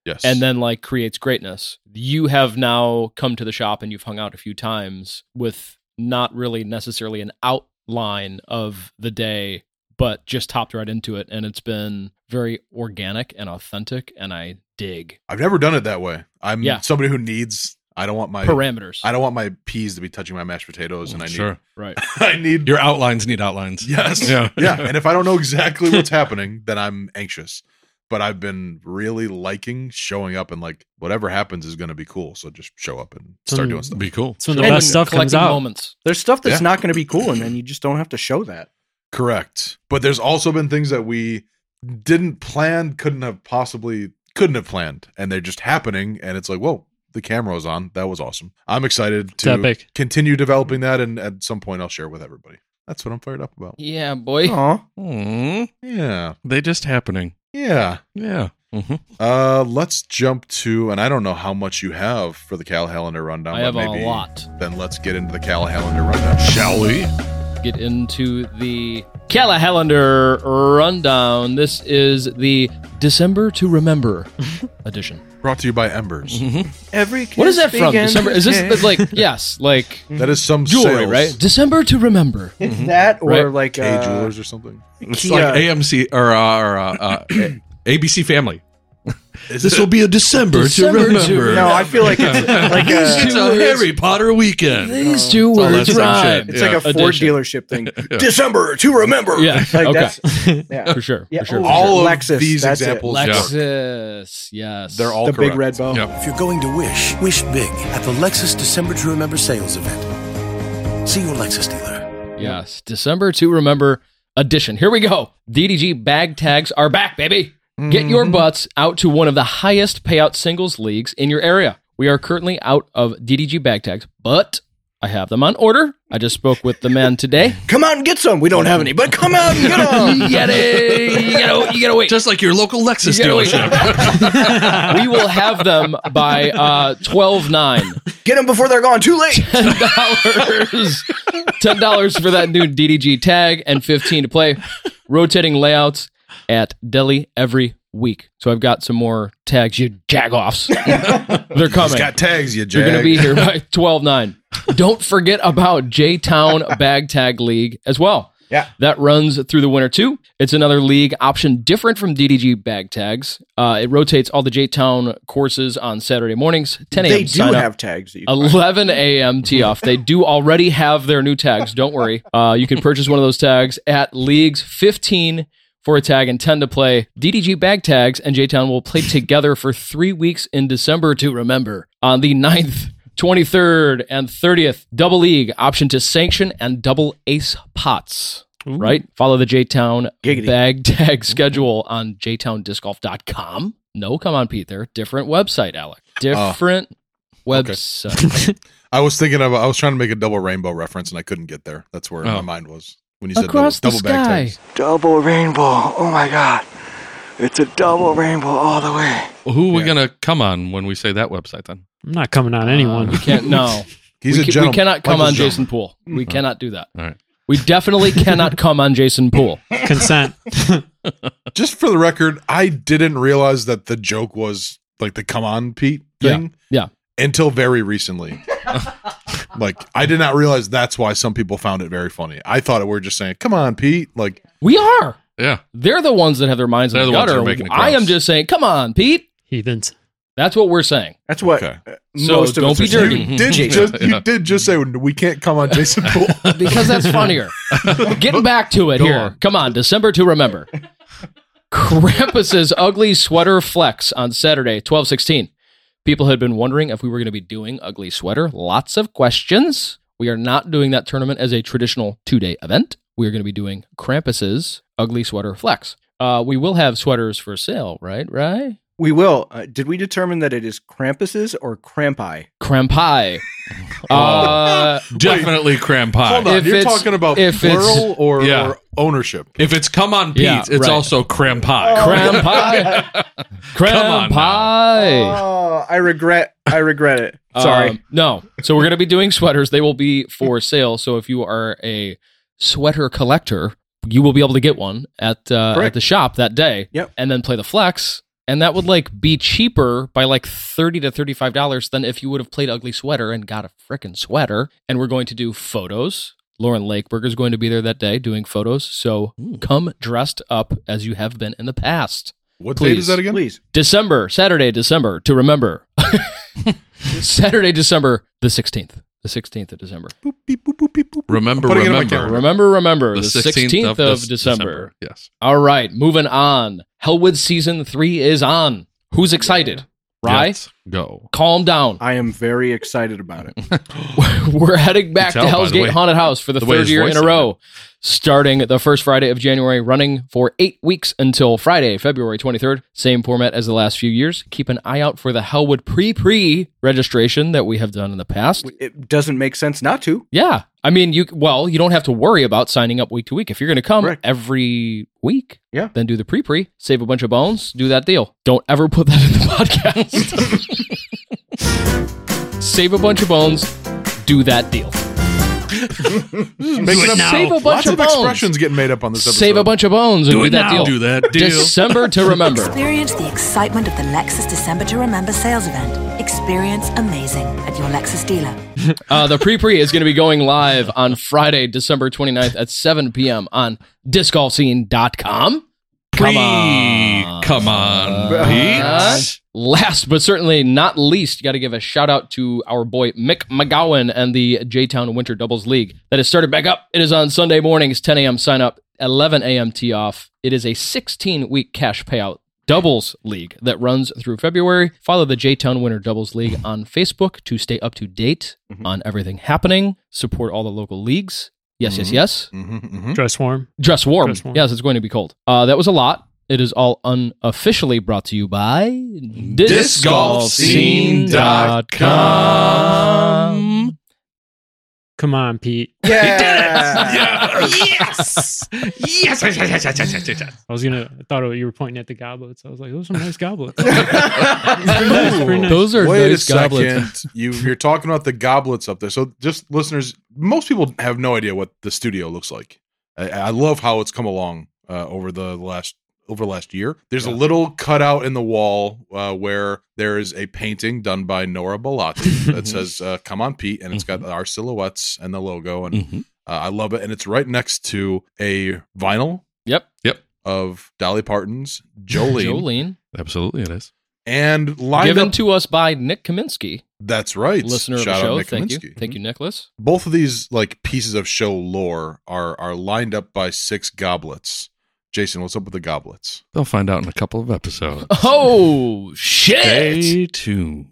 C: Yes,
B: and then like creates greatness. You have now come to the shop and you've hung out a few times with not really necessarily an outline of the day, but just hopped right into it and it's been very organic and authentic and I dig
C: I've never done it that way. I'm
B: Yeah.
C: somebody who needs. I don't want my
B: parameters.
C: I don't want my peas to be touching my mashed potatoes, and I need.
A: Mm, sure.
B: right.
C: I need.
A: Your outlines need outlines.
C: Yes.
A: Yeah.
C: Yeah. And if I don't know exactly what's happening, then I'm anxious. But I've been really liking showing up, and like whatever happens is going to be cool. So just show up and start
E: Mm.
C: doing stuff.
A: Be cool.
E: It's when the
D: And
E: best stuff comes
B: Collecting
E: out.
B: Moments.
D: There's stuff that's
C: Yeah.
D: not going to be cool, and then you just don't have to show that.
C: Correct. But there's also been things that we didn't plan, couldn't have possibly, couldn't have planned, and they're just happening. And it's like, whoa, the camera was on. That was awesome. I'm excited to
E: epic.
C: continue developing that, and at some point I'll share with everybody. That's what I'm fired up about.
B: Yeah, boy.
C: Oh,
D: Aw.
A: Hmm.
C: Yeah.
A: They just happening.
C: Yeah.
A: Yeah. hmm
C: Uh, let's jump to, and I don't know how much you have for the Cal Hallander rundown.
B: I have
C: but
B: a
C: maybe
B: lot.
C: Then let's get into the Cal Hallander rundown, shall we?
B: get into the Callahallander rundown. This is the December to Remember edition.
C: Brought to you by Embers.
D: Every
B: What is
D: kiss
B: that from?
D: begins
B: December? Is
D: with
B: this
D: K.
B: like yes, like
C: That is some
B: jewelry,
C: sales.
B: right? December to Remember.
D: It's that or
B: Mm-hmm. Right.
D: like
C: K
D: uh,
C: jewelers or something.
A: It's
D: Kia.
A: like AMC or, uh, or uh, uh, ABC Family.
C: Is
A: This
C: it-
A: will be a December,
B: December to
A: to remember.
D: No, I feel like it's like
A: it's
D: a,
A: a Harry Potter weekend.
B: These two
A: all
B: words
A: that same shit.
B: rhyme.
D: it's like a Ford
B: Edition.
D: dealership thing. December to remember.
B: Yeah,
D: Like
B: okay,
D: that's yeah.
B: for sure,
D: Yeah,
B: for sure.
D: oh,
B: for
C: all
B: sure.
C: of
D: Lexus,
C: these
D: that's it.
C: examples work.
B: Lexus, yes,
C: They're all
D: the
C: correct.
D: big red bow.
A: Yeah.
J: If you're going to wish, wish big at the Lexus December to Remember sales event. See your Lexus dealer.
B: yes. December to Remember edition. Here we go. DDG bag tags are back, baby. Get your butts out to one of the highest payout singles leagues in your area. We are currently out of DDG bag tags, but I have them on order. I just spoke with the man today.
D: Come out and get some. We don't have any, but come out and get them.
B: you gotta, you gotta, you gotta wait.
A: Just like your local Lexus
B: You gotta wait.
A: dealership.
B: we will have them by uh, twelve nine.
D: Get them before they're gone. Too late.
B: ten dollars, ten dollars for that new DDG tag, and fifteen to play rotating layouts at Delhi every week. So I've got some more tags, you jagoffs. They're
C: It's
B: coming.
C: got tags, you
B: You're
C: jag.
B: gonna be here by twelve nine. Don't forget about J Town Bag Tag League as well.
D: Yeah.
B: That runs through the winter too. It's another league option different from DDG bag tags. Uh, it rotates all the J Town courses on Saturday mornings, 10 a.m.
D: They do
B: sign up.
D: have tags. That you can buy.
B: 11 a.m. tee off. They do already have their new tags. Don't worry. Uh, you can purchase one of those tags at leagues 15 for a tag and 10 to play. DDG bag tags and J Town will play together for three weeks in December to remember on the 9th. 23rd and 30th, double league option to sanction and double ace pots. Right? Follow the J Town
D: Giggity.
B: bag tag schedule on jtowndiscgolf.com. No, come on, Pete. They're a different website, Alec. Different website.
C: I was thinking of. I was trying to make a double rainbow reference, and I couldn't get there. That's where my
A: Oh.
C: mind was when you said
B: Across the
C: double, double
B: sky.
C: bag tags.
J: Double rainbow. Oh my God. It's a double rainbow all the way.
A: Who are we gonna come on when we say that website then?
E: I'm not coming on anyone.
B: Uh, we can't. No,
C: He's
B: we,
C: a
B: ca-
C: gentleman.
B: we cannot come on
C: Michael's a gentleman.
B: Jason Poole. We cannot do that.
A: All right.
B: We definitely cannot come on Jason Poole.
E: Consent.
C: Just for the record, I didn't realize that the joke was like the come on Pete thing.
B: Yeah,
C: Until very recently. like I did not realize that's why some people found it very funny. I thought we were just saying, "Come on, Pete." Like
B: we are.
A: Yeah.
B: They're the ones that have their minds in
A: They're
B: the
A: the ones
B: gutter.
A: who are making the
B: I am
A: crops.
B: just saying, come on, Pete.
E: Heathens.
B: That's what we're saying.
D: That's what
C: Okay.
D: uh,
B: So
D: most of
B: don't
D: us
B: be
D: are saying.
B: dirty. Mm-hmm.
C: you did
A: Yeah,
C: just
A: yeah.
C: you did just say we can't come on Jason Pool.
B: because that's funnier. Getting back to it
A: Go
B: here.
A: on.
B: Come on, December to remember. Krampus's ugly sweater flex on Saturday, twelve sixteen. People had been wondering if we were going to be doing ugly sweater. Lots of questions. We are not doing that tournament as a traditional two day event. We are going to be doing Krampus's ugly sweater flex. Uh, we will have sweaters for sale, right? Right?
D: We will. Uh, did we determine that it is Krampus's or Krampi?
B: Krampai. Uh,
A: Definitely cram pie.
C: Hold on,
B: If
C: you're
B: it's-
C: talking about
B: if it's-
C: plural or,
A: Yeah.
C: or ownership.
A: If it's come on Pete,
B: Yeah,
A: it's
B: right.
A: also cram
D: Oh.
A: pie.
B: Krampai.
A: on now.
B: Krampai.
D: Oh, I regret. I regret it. Sorry.
B: Um, no. So we're going to be doing sweaters. They will be for sale. So if you are a sweater collector, you will be able to get one at uh, at
D: Correct.
B: the shop that day.
D: Yep.
B: And then play the flex, and that would like be cheaper by like thirty to thirty five dollars than if you would have played ugly sweater and got a frickin' sweater. And we're going to do photos. Lauren Lakeberger is going to be there that day doing photos. So come dressed up as you have been in the past.
C: What date
B: Please.
C: is that again?
D: Please.
B: December, Saturday, December, to remember. Saturday, December the 16th. The 16th of December.
C: Boop, beep, boop, boop, beep, boop.
A: Remember,
C: I'm putting it in my
A: remember.
C: calendar.
B: Remember, remember, the,
A: The
B: 16th, of,
A: Dec-
B: December.
A: Yes.
B: All right, moving on. Hellwood season three is on. Who's excited? Right?
A: Let's go.
B: Calm down.
D: I am very excited about it.
B: We're heading back
A: tell
B: to
A: by
B: Hell's
A: the
B: Gate
A: way-
B: Haunted House for the,
A: the way
B: third
A: his
B: year
A: voice
B: in a
A: sounded.
B: row, starting the first Friday of January, running for eight weeks until Friday, February 23rd. Same format as the last few years. Keep an eye out for the Hellwood pre pre registration that we have done in the past.
D: It doesn't make sense not to.
B: Yeah. I mean, you well, you don't have to worry about signing up week to week. If you're going to come
D: Correct.
B: every week,
D: Yeah.
B: then do the pre pre, save a bunch of bones, do that deal. Don't ever put that in the podcast. save a bunch of bones, do that deal.
C: Making up-
B: Save a bunch
C: Lots
B: of
C: of
B: bones.
C: expressions getting made up on this episode.
B: Save a bunch of bones and do, that deal.
A: Do that deal.
B: December to remember.
K: Experience the excitement of the Lexus December to Remember sales event. Experience amazing at your Lexus dealer.
B: Uh, the pre pre is going to be going live on Friday, December 29th at 7 p.m. on discgolfscene.com.
A: Come on. Come on, Pete.
B: Uh, Last but certainly not least, you got to give a shout out to our boy Mick McGowan and the J Town Winter Doubles League that has started back up. It is on Sunday mornings, 10 a.m. sign up, 11 a.m. tee off. It is a 16 week cash payout doubles league that runs through February. Follow the J Town Winter Doubles League on Facebook to stay up to date on everything happening. Support all the local leagues. Yes, yes, yes.
C: Mhm,
A: Hmm?
C: mhm.
E: Dress warm.
B: Dress warm.
E: Dress warm.
B: Yes, it's going to be cold. Uh, that was a lot. It is all unofficially brought to you by discgolfscene.com.
E: Come on, Pete.
D: Yeah.
A: yes. Yes. Yes. Yes. Yes. Yes. Yes. yes, yes.
E: I was gonna. I thought you were pointing at the goblets. I was like, those are nice goblets. That's pretty nice.
B: Those are
C: Wait
B: nice
C: a
B: goblets.
C: second. you, you're talking about the goblets up there. So, just listeners, most people have no idea what the studio looks like. I, I love how it's come along uh, over the last over the last year. There's a little cutout in the wall uh, where there is a painting done by Nora Balati that says uh, "Come on, Pete," and it's got
B: Mm-hmm.
C: our silhouettes and the logo,
B: Mm.
C: and
A: Mhm.
C: uh, I love it. And it's right next to a vinyl
B: Yep.
C: of Dolly Parton's Jolene,
B: Jolene.
A: Absolutely, it is.
C: and lined
B: Given
C: up.
B: to us by Nick Kaminsky,
C: That's right,
B: listener of the
C: Shout out
B: show.
C: Nick
B: Thank you.
C: Kaminsky. Mm-hmm.
B: Thank you, Nicholas.
C: both of these like pieces of show lore are are lined up by six goblets. Jason, what's up with the goblets?
A: They'll find out in a couple of episodes.
B: Oh, shit.
A: Stay tuned.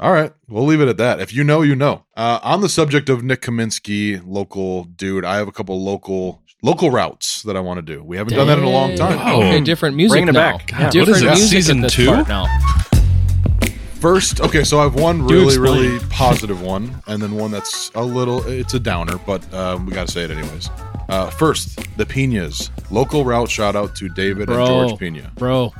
C: All right, we'll leave it at that. If you know, you know. Uh, on the subject of Nick Kaminsky, local dude, I have a couple local local routes that I want to do. We haven't done that in a long time.
A: Wow.
B: Okay, different music
D: Bringing it
B: now.
D: back. God, what
B: different
A: is it,
B: music
A: season
B: at this
A: two?
B: part now.
C: First, okay, so I have one
B: Do
C: really,
B: explain.
C: really positive one, and then one that's a little, it's a downer, but uh, we got to say it anyways. Uh, first, the Pinas. Local route shout out to David
B: Bro,
C: and George Pina.
B: bro,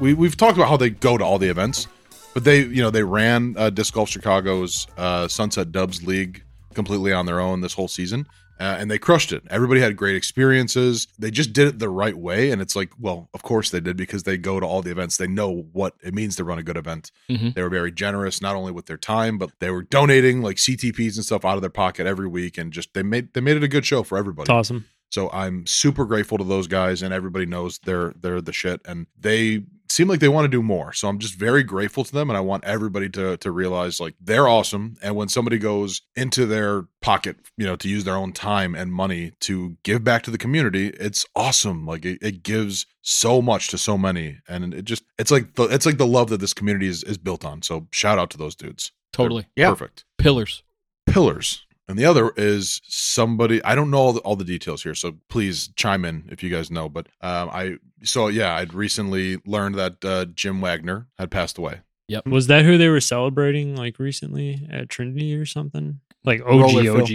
C: we we've talked about how they go to all the events, but they you know they ran uh, disc golf Chicago's uh, Sunset Dubs League completely on their own this whole season, uh, and they crushed it. Everybody had great experiences. They just did it the right way, and it's like, well, of course they did because they go to all the events. They know what it means to run a good event.
B: Mhm.
C: They were very generous, not only with their time, but they were donating like CTPs and stuff out of their pocket every week, and just they made they made it a good show for everybody.
E: It's awesome.
C: So I'm super grateful to those guys, and everybody knows they're they're the shit, and they seem like they want to do more. So I'm just very grateful to them, and I want everybody to to realize like they're awesome. And when somebody goes into their pocket, you know, to use their own time and money to give back to the community, it's awesome. Like it, it gives so much to so many, and it just it's like the, it's like the love that this community is is built on. So shout out to those dudes. They're
B: Totally.
D: Yeah.
C: perfect
B: Pillars.
C: pillars and the other is somebody i don't know all the, all the details here so please chime in if you guys know but um i so yeah i'd recently learned that uh, jim wagner had passed away
E: Was that who they were celebrating like recently at Trinity or something? Like OG
D: Roller Phil.
E: OG.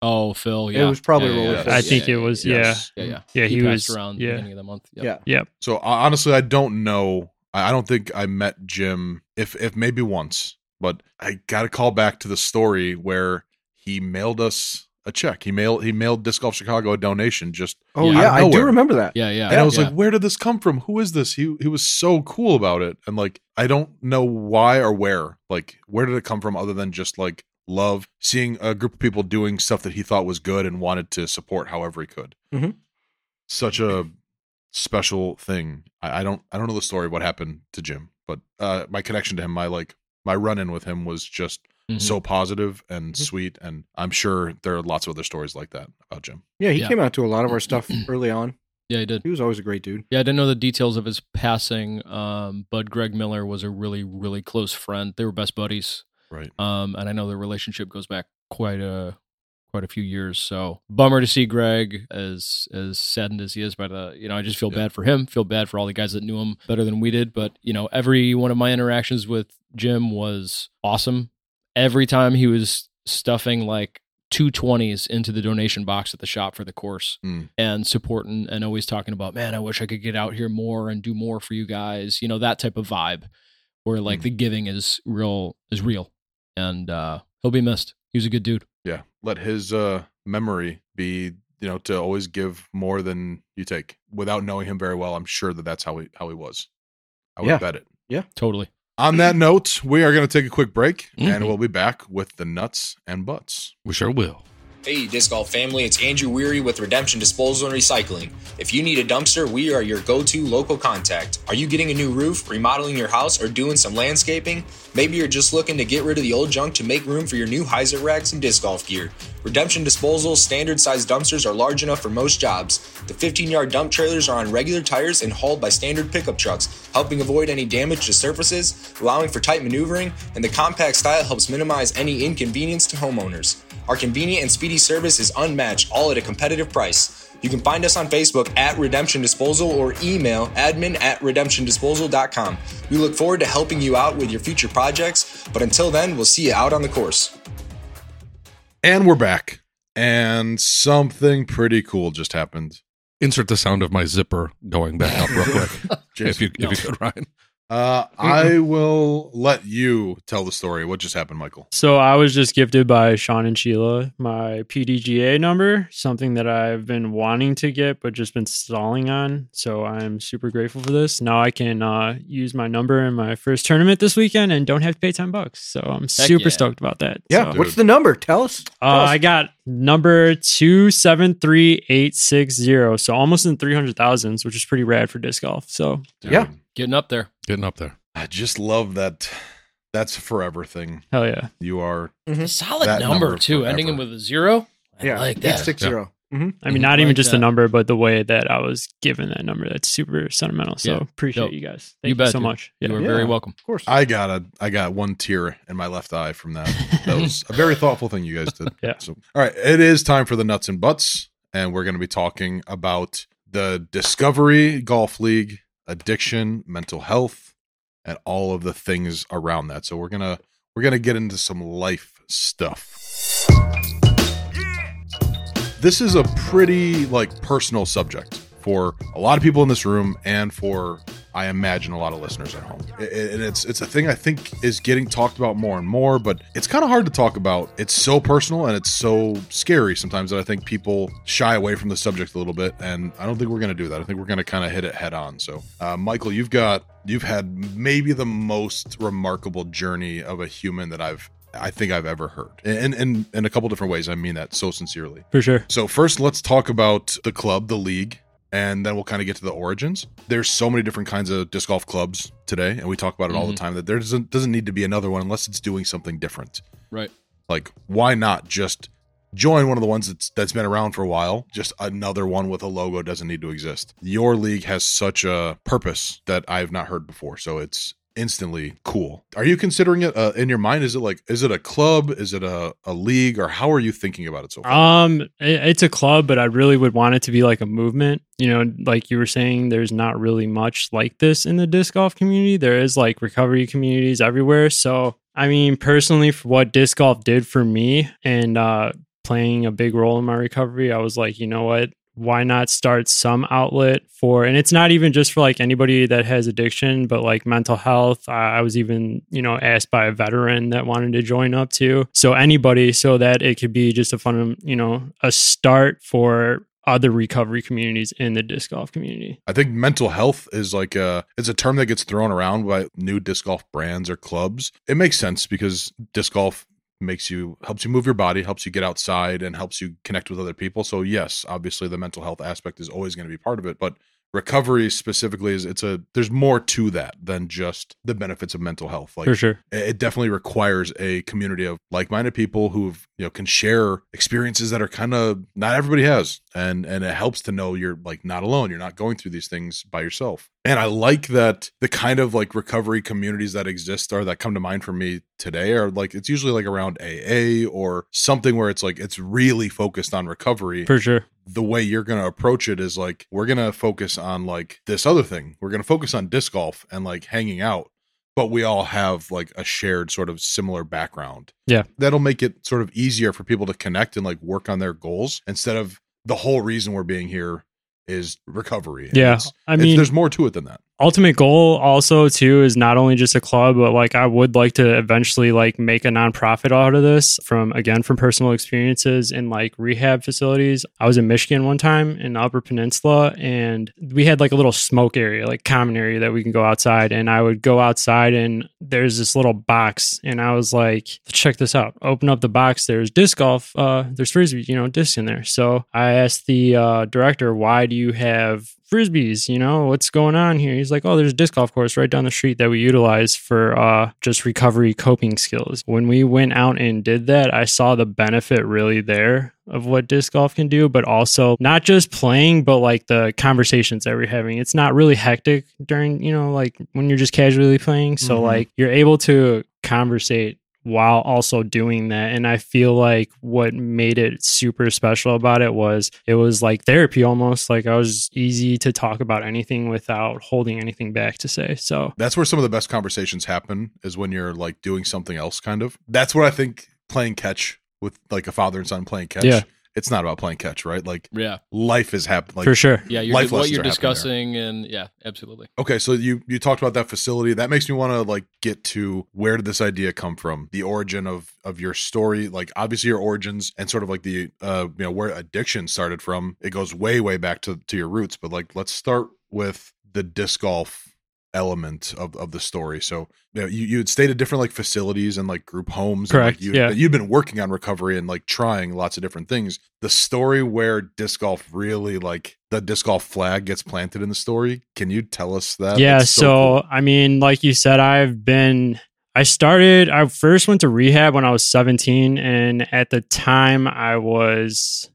B: Oh, Phil. Yeah.
D: was probably
B: Yeah, yeah,
D: Roller
B: yeah.
D: Phil.
E: I think it was-
B: Yeah.
C: Yes.
B: Yeah. yeah.
E: Yeah, he,
B: passed
E: was
B: around the
E: Yeah,
B: beginning of the month. Yep.
D: Yeah.
E: yep.
C: so uh, honestly i don't know i I don't think i met jim if if maybe once but i gotta call back to the story where he mailed us a check he mailed he mailed disc golf chicago a donation just
D: Oh
B: Yeah.
D: yeah, I do
C: Nowhere.
D: remember that.
B: Yeah. Yeah.
C: and I was
B: yeah.
C: like, "Where did this come from? Who is this?" He he was so cool about it, and like I don't know why or where. Like, where did it come from? Other than just like love, seeing a group of people doing stuff that he thought was good and wanted to support however he could.
D: Mhm.
C: Such a special thing. I, I don't I don't know the story of what happened to Jim, but uh, my connection to him, my like my run in with him was just
B: Mhm.
C: so positive and sweet, and I'm sure there are lots of other stories like that about Jim.
D: Yeah, he
B: Yeah.
D: came out to a lot of our stuff early on.
B: yeah, he did.
D: He was always a great dude.
B: Yeah, I didn't know the details of his passing, um, but Greg Miller was a really, really close friend. They were best buddies,
C: Right.
B: um, and I know their relationship goes back quite a quite a few years. So bummer to see Greg as as saddened as he is by the you know I just feel
C: Yeah.
B: bad for him. Feel bad for all the guys that knew him better than we did. But you know every one of my interactions with Jim was awesome. Every time he was stuffing like two twenties into the donation box at the shop for the course
C: Mm.
B: and supporting and always talking about, man, I wish I could get out here more and do more for you guys. You know, that type of vibe where like
C: Mhm.
B: the giving is real is real. And uh he'll be missed. He was a good dude.
C: yeah let his uh memory be you know to always give more than you take without knowing him very well i'm sure that that's how he how he was i would
D: Yeah.
C: bet it
B: Totally.
C: on that note we are going to take a quick break and
A: Mhm.
C: we'll be back with the nuts and butts
A: We sure will.
L: Hey, Disc Golf family, it's Andrew Weary with Redemption Disposal and Recycling. If you need a dumpster, we are your go to local contact. Are you getting a new roof, remodeling your house, or doing some landscaping? Maybe you're just looking to get rid of the old junk to make room for your new Heiser racks and disc golf gear. Redemption Disposal standard sized dumpsters are large enough for most jobs. The 15 yard dump trailers are on regular tires and hauled by standard pickup trucks, helping avoid any damage to surfaces, allowing for tight maneuvering, and the compact style helps minimize any inconvenience to homeowners. Our convenient and speedy service is unmatched, all at a competitive price. You can find us on Facebook at Redemption Disposal or email admin at redemptiondisposal.com. We look forward to helping you out with your future projects, but until then, we'll see you out on the course.
C: and we're back and something pretty cool just happened
A: Insert the sound of my zipper going back up real quick. if you
B: no.
A: if you could, Ryan.
C: uh i will let you tell the story what just happened michael
E: So I was just gifted by Sean and Sheila my PDGA number, something that I've been wanting to get but just been stalling on. So I'm super grateful for this. Now I can uh, use my number in my first tournament this weekend and don't have to pay ten bucks. So I'm super
B: yeah.
E: stoked about that.
D: Yeah.
E: So,
D: What's the number? Tell us. Tell
E: uh,
D: us.
E: I got number two seven three eight six zero. So almost in three hundred thousands, which is pretty rad for disc golf. So
D: Yeah.
C: Dude,
B: Getting up there.
A: Getting up there.
C: i just love that that's a forever thing
E: hell yeah.
C: you are
B: Solid
C: That
B: number,
C: number
B: too.
C: forever.
B: Ending him with a zero. I
D: yeah.
B: like
D: Eight
B: that.
D: six
A: Yeah.
D: zero. Mhm.
E: I mean,
B: Mhm.
E: not
B: I
E: even
B: like
E: just
B: that.
E: the number, but the way that I was given that number. That's super sentimental. So
B: Yeah.
E: appreciate
B: Dope.
E: you guys.
B: You
E: Thank you,
B: bet,
E: so
B: dude.
E: much.
B: You are
D: Yeah.
B: very welcome.
D: Of course.
C: I got a I got one tear in my left eye from that. That was a very thoughtful thing you guys did.
E: Yeah.
C: So all right, it is time for the nuts and butts, and we're gonna be talking about the Discovery Golf League, addiction, mental health, and all of the things around that. So we're gonna we're gonna get into some life stuff. This is a pretty like personal subject for a lot of people in this room and for I imagine a lot of listeners at home. I- I- And it's it's a thing I think is getting talked about more and more, but it's kind of hard to talk about. It's so personal and it's so scary sometimes that I think people shy away from the subject a little bit. And I don't think we're going to do that. I think we're going to kind of hit it head on. So, uh, Michael, you've got you've had maybe the most remarkable journey of a human that I've I think I've ever heard, and in in a couple different ways. I mean that so sincerely.
E: For sure.
C: So first, let's talk about the club, the league, and then we'll kind of get to the origins. There's so many different kinds of disc golf clubs today, and we talk about it all the
B: Mhm.
C: time. That there doesn't doesn't need to be another one unless it's doing something different.
B: Right.
C: Like, why not just join one of the ones that's that's been around for a while? Just another one with a logo doesn't need to exist. Your league has such a purpose that I've not heard before, so it's instantly cool. Are you considering it uh, in your mind? Is it like is it a club? Is it a a league? Or how are you thinking about it so far?
E: Um, it, it's a club, but I really would want it to be like a movement. You know, like you were saying, there's not really much like this in the disc golf community. There is like recovery communities everywhere. So, I mean, personally, for what disc golf did for me and uh, playing a big role in my recovery, I was like, you know what? Why not start some outlet for, and it's not even just for like anybody that has addiction, but like mental health. I I was even, you know, asked by a veteran that wanted to join up too. So anybody, so that it could be just a fun, you know, a start for other recovery communities in the disc golf community.
C: I think mental health is like a it's a term that gets thrown around by new disc golf brands or clubs. It makes sense because disc golf makes you helps you move your body, helps you get outside and helps you connect with other people. So yes, obviously the mental health aspect is always going to be part of it, but recovery specifically is it's a there's more to that than just the benefits of mental health like
E: For sure.
C: it it definitely requires a community of like-minded people who've you know can share experiences that are kind of not everybody has and and it helps to know you're like not alone you're not going through these things by yourself and i like that the kind of like recovery communities that exist or that come to mind for me today are like it's usually like around aa or something where it's like it's really focused on recovery
E: For sure.
C: the way you're going to approach it is like we're going to focus on like this other thing. We're going to focus on disc golf and like hanging out, but we all have like a shared sort of similar background.
E: Yeah.
C: That'll make it sort of easier for people to connect and like work on their goals instead of the whole reason we're being here is recovery. And
E: Yeah,
C: it's-
E: I
C: it's-
E: mean-
C: there's more to it than that.
E: ultimate goal also too is not only just a club but like i would like to eventually like make a nonprofit out of this from again from personal experiences in like rehab facilities i was in michigan one time in the upper peninsula and we had like a little smoke area like common area that we can go outside and i would go outside and there's this little box and i was like check this out open up the box there's disc golf uh there's frisbee you know discs in there so i asked the uh director why do you have frisbees you know what's going on here he's like oh there's a disc golf course right down the street that we utilize for uh, just recovery coping skills when we went out and did that i saw the benefit really there of what disc golf can do but also not just playing but like the conversations that we're having it's not really hectic during you know like when you're just casually playing so
M: Mhm.
E: like you're able to conversate while also doing that. And I feel like what made it super special about it was it was like therapy almost. Like I was easy to talk about anything without holding anything back to say. So
C: That's where some of the best conversations happen is when you're like doing something else kind of. That's what I think playing catch with like a father and son playing catch.
E: Yeah.
C: It's not about playing catch, right? Like
B: Yeah.
C: life is happening. Like,
E: For sure.
B: Yeah, you're,
C: life
B: what
C: lessons
B: you're
C: are happening there.
B: discussing, and yeah, absolutely.
C: Okay, so you you talked about that facility. That makes me want to like get to where did this idea come from? The origin of of your story, like obviously your origins and sort of like the uh you know where addiction started from. It goes way way back to to your roots, but like let's start with the disc golf element of of the story. So you know, you, you had stayed at different like facilities and like group homes. and, like,
E: Correct,
C: you,
E: yeah.
C: but You'd been working on recovery and like trying lots of different things. The story where disc golf really like the disc golf flag gets planted in the story. Can you tell us that?
E: yeah, so,
C: That's cool.
E: I mean, like you said, I've been I started I first went to rehab when I was 17 and at the time I was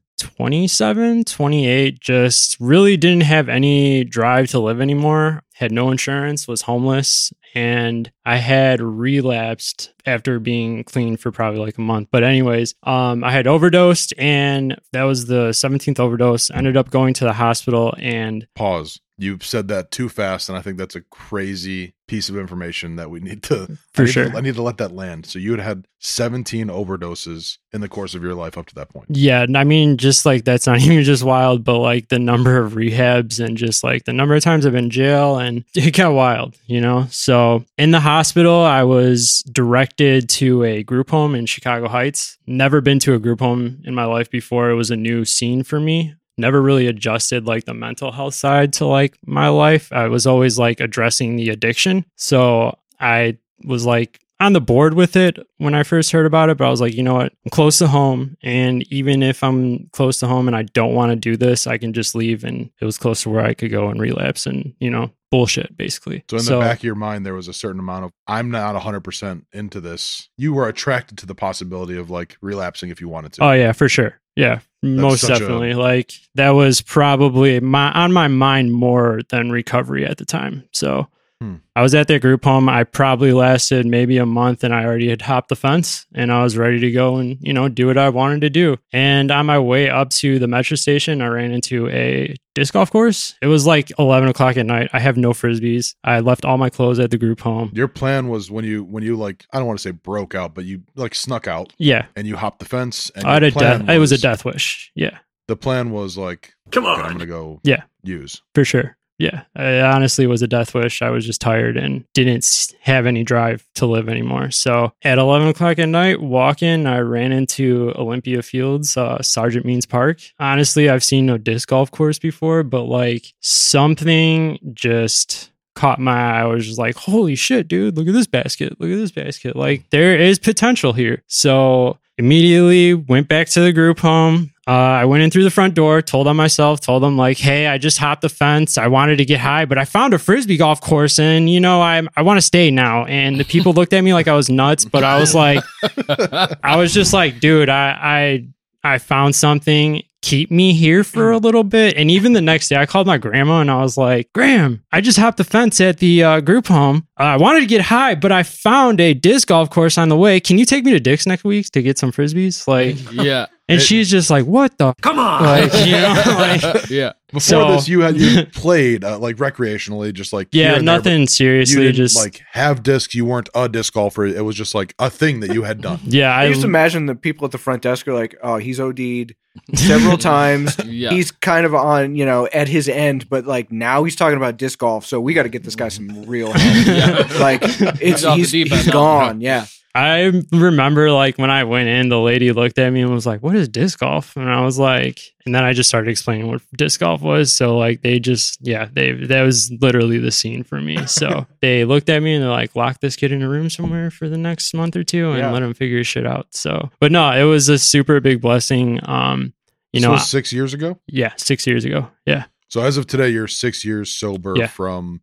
E: 27, 28, just really didn't have any drive to live anymore, had no insurance, was homeless, and I had relapsed after being clean for probably like a month. But anyways, um I had overdosed and that was the 17th overdose. Ended up going to the hospital and
C: pause. You've said that too fast, and I think that's a crazy piece of information that we need to.
E: Mm,
C: I
E: For
C: need to-
E: sure.
C: I need to let that land. So you had had 17 overdoses in the course of your life up to that point.
E: Yeah, and I mean, just like that's not even just wild, but like the number of rehabs and just like the number of times I've been in jail, and it got wild, you know? So in the hospital, I was directed to a group home in Chicago Heights. Never been to a group home in my life before. It was a new scene for me. Never really adjusted like the mental health side to like my life. I was always like addressing the addiction. So I was like on the board with it when I first heard about it, but I was like, you know what? I'm close to home. And even if I'm close to home and I don't want to do this, I can just leave. And it was close to where I could go and relapse and, you know, bullshit basically.
C: So in the back of your mind, there was a certain amount of I'm not 100 percent into this. You were attracted to the possibility of like relapsing if you wanted to.
E: Oh yeah, for sure. Yeah, most
C: such a-
E: definitely. like that was probably my on my mind more than recovery at the time. So
C: Hmm.
E: I was at that group home. I probably lasted maybe a month, and I already had hopped the fence, and I was ready to go and you know do what I wanted to do. And on my way up to the metro station, I ran into a disc golf course. It was like eleven o'clock at night. I have no frisbees. I left all my clothes at the group home.
C: Your plan was when you when you like I don't want to say broke out, but you like snuck out.
E: Yeah.
C: And you hopped the fence. And
E: I had
C: your
E: a death.
C: plan
E: it was a death wish. Yeah.
C: The plan was like,
J: come
C: on, I'm gonna go.
E: Yeah.
C: Use.
E: For sure. Yeah. It honestly was a death wish. I was just tired and didn't s- have any drive to live anymore. So at 11 o'clock at night, walking, I ran into Olympia Fields, uh, Sergeant Means Park. Honestly, I've seen no disc golf course before, but like something just caught my eye. I was just like, holy shit, dude, look at this basket. Look at this basket. Like, there is potential here. So, immediately went back to the group home. Uh, I went in through the front door, told on myself, told them, like, hey, I just hopped the fence. I wanted to get high, but I found a frisbee golf course and, you know, I, I want to stay now. And the people looked at me like I was nuts, but I was like, I was just like, dude, I I I found something. Keep me here for a little bit. And even the next day, I called my grandma and I was like, Graham, I just hopped the fence at the uh, group home. Uh, I wanted to get high, but I found a disc golf course on the way. Can you take me to Dick's next week to get some frisbees? Like,
B: Yeah.
E: and she's just like, what the? Come on. Like, you know, like,
B: Uh, yeah.
C: Before
E: So-
C: this, you had you played uh, like recreationally, just like
E: Yeah,
C: here and there, but
E: nothing
C: you
E: seriously,
C: didn't,
E: just-
C: like have discs. You weren't a disc golfer. It was just like a thing that you had done.
E: yeah,
D: I,
E: I,
D: just imagine the people at the front desk are like, "Oh, he's OD'd several times.
B: Yeah.
D: He's kind of on, you know, at his end, but like now he's talking about disc golf, so we got to get this guy some real help. like it's
B: He's off the
D: he's,
B: deep
D: he's
B: end now.
D: gone. Yeah,
E: I remember like when I went in, the lady looked at me and was like, What is disc golf? And I was like, and then I just started explaining what disc golf was. So like they just yeah, they that was literally the scene for me. So they looked at me and they're like, lock this kid in a room somewhere for the next month or two and
D: Yeah.
E: let him figure his shit out. So but no, it was a super big blessing. Um, you
C: This
E: know,
C: was six years ago.
E: yeah, six years ago. Yeah.
C: So as of today, you're six years sober
E: Yeah.
C: from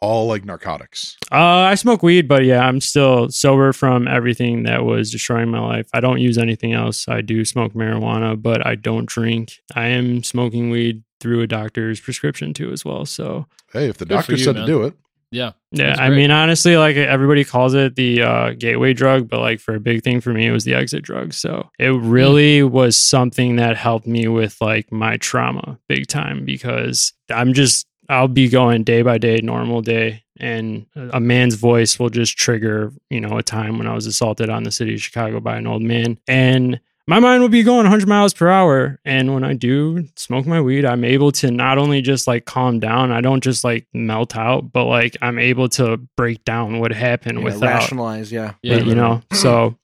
C: all like narcotics.
E: Uh, I smoke weed, but yeah, I'm still sober from everything that was destroying my life. I don't use anything else. I do smoke marijuana, but I don't drink. I am smoking weed through a doctor's prescription too, as well. So
C: Hey, if the
B: Good for
C: doctor
B: you,
C: said
B: man.
C: to do it,
B: Yeah.
E: yeah,
B: That's
E: I
B: great.
E: mean, honestly, like everybody calls it the uh, gateway drug, but like for a big thing for me, it was the exit drug. So it
B: Hmm.
E: really was something that helped me with like my trauma big time because I'm just, I'll be going day by day, normal day. And a man's voice will just trigger, you know, a time when I was assaulted on the city of Chicago by an old man. And my mind will be going 100 miles per hour and when i do smoke my weed i'm able to not only just like calm down i don't just like melt out but like i'm able to break down what happened
D: Yeah,
E: without
D: rationalize. Yeah,
B: Yeah.
E: you know so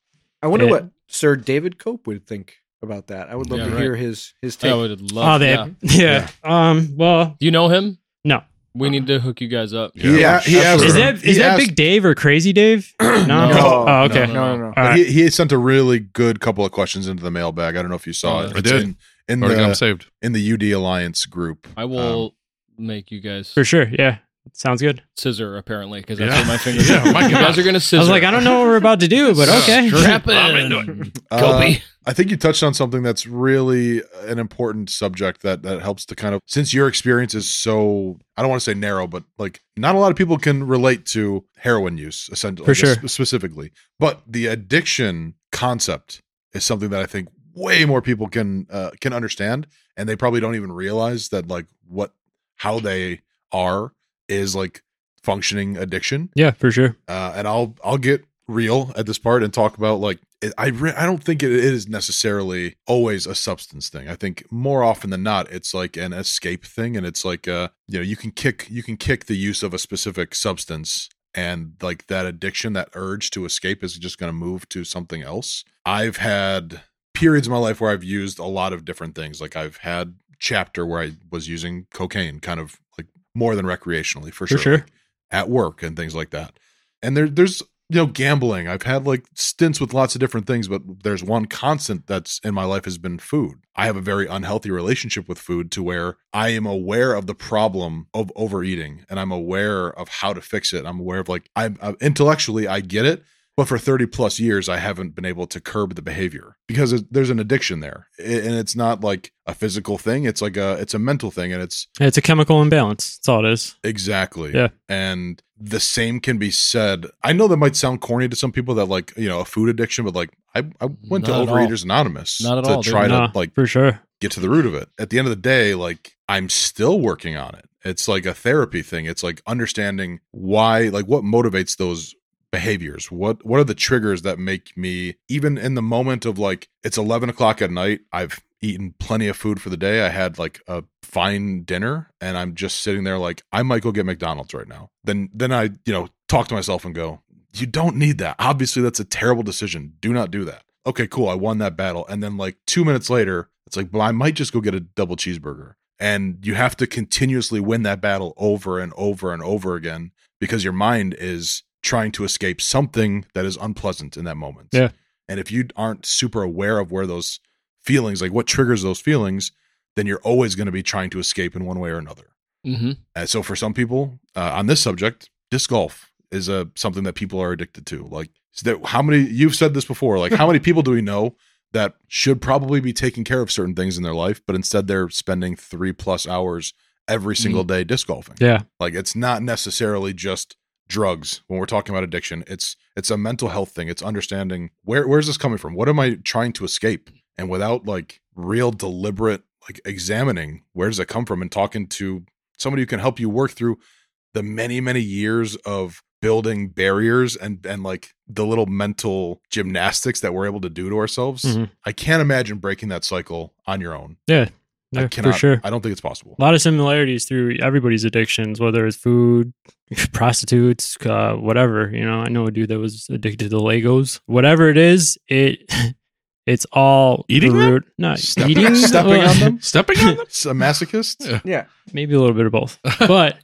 D: I wonder
E: Yeah.
D: what Sir David Cope would think about that. I would love
B: Yeah,
D: to
B: right.
D: hear his his take.
B: I would love
E: oh they
B: yeah.
E: yeah. um well
B: Do you know him?
E: no
B: We need to hook you guys up.
C: he, a- he asked.
E: is that is
C: he
E: that
C: asked-
E: big dave or crazy dave no,
D: No.
E: oh okay
D: no, no, no.
E: All
C: But
E: right.
C: he, he had sent a really good couple of questions into the mailbag. I don't know if you saw
B: Oh, Yeah.
C: it.
A: I
C: It's
A: did.
C: In, in
A: Already got 'em
C: the
A: saved.
C: in the UD Alliance group. Um,
B: I will make you guys
E: for sure yeah sounds good
B: scissor apparently because that's
A: Yeah.
B: what my fingers.
A: Yeah,
B: are.
A: my
B: you guys
A: God.
B: are gonna scissor.
E: i was like i don't know what we're about to do but okay
B: Strap it
A: I'm
B: in.
A: into it.
C: Um,
B: Kobe.
C: I think you touched on something that's really an important subject that that helps to kind of since your experience is so I don't want to say narrow, but like not a lot of people can relate to heroin use essentially
E: For
C: I guess,
E: sure.
C: specifically. But the addiction concept is something that I think way more people can uh, can understand, and they probably don't even realize that like what how they are is like functioning addiction.
E: Yeah, for sure.
C: Uh, and I'll I'll get real at this part and talk about like it, I re- I don't think it is necessarily always a substance thing. I think more often than not it's like an escape thing and it's like uh you know you can kick you can kick the use of a specific substance and like that addiction that urge to escape is just going to move to something else. I've had periods in my life where I've used a lot of different things. Like I've had chapter where I was using cocaine kind of like more than recreationally for, sure,
E: For sure.
C: like, at work and things like that. And there there's you know gambling. I've had like stints with lots of different things, but there's one constant that's in my life has been food. I have a very unhealthy relationship with food to where I am aware of the problem of overeating and I'm aware of how to fix it. I'm aware of like I'm, I'm intellectually I get it, but for 30 plus years i haven't been able to curb the behavior because it- there's an addiction there I- and it's not like a physical thing it's like a it's a mental thing and it's
E: It's a chemical imbalance. That's all it is.
C: exactly
E: Yeah.
C: and the same can be said i know that might sound corny to some people that like you know a food addiction but like i, I went
B: Not
C: to
B: at all.
C: overeaters anonymous
B: Not at
C: to
B: all, dude.
C: try
E: Nah,
C: to like
E: for sure.
C: get to the root of it. At the end of the day, like I'm still working on it. It's like a therapy thing. It's like understanding why, like what motivates those behaviors. What what are the triggers that make me even in the moment of like it's eleven o'clock at night, I've eaten plenty of food for the day. I had like a fine dinner and I'm just sitting there like I might go get McDonald's right now. Then then I, you know, talk to myself and go, you don't need that. Obviously, that's a terrible decision. Do not do that. Okay, cool. I won that battle. And then, like, two minutes later, it's like, well, I might just go get a double cheeseburger. And you have to continuously win that battle over and over and over again because your mind is trying to escape something that is unpleasant in that moment.
E: Yeah.
C: And if you aren't super aware of where those feelings, like what triggers those feelings, then you're always going to be trying to escape in one way or another.
B: Mm-hmm.
C: And so for some people uh, on this subject, disc golf is a something that people are addicted to. Like is there- how many you've said this before, like how many people do we know that should probably be taking care of certain things in their life, but instead they're spending three plus hours every single day disc golfing.
E: Yeah.
C: Like it's not necessarily just drugs when we're talking about addiction. It's it's a mental health thing. It's understanding where where's this coming from? What am I trying to escape? And without like real deliberate like examining where does it come from and talking to somebody who can help you work through the many many years of building barriers and and like the little mental gymnastics that we're able to do to ourselves.
E: Mhm.
C: I can't imagine breaking that cycle on your own.
E: Yeah.
C: I
E: Yeah,
C: cannot,
E: for sure.
C: I don't think it's possible.
E: A lot of similarities through everybody's addictions, whether it's food, prostitutes, uh, whatever. You know, I know a dude that was addicted to Legos. Whatever it is, it it's all
A: Eating
E: the
A: them?
E: root- not
C: Stepping-
E: eating,
C: stepping
E: well,
C: on them?
A: Stepping on them?
C: S- A masochist?
A: Yeah.
D: Yeah.
E: maybe a little bit of both, but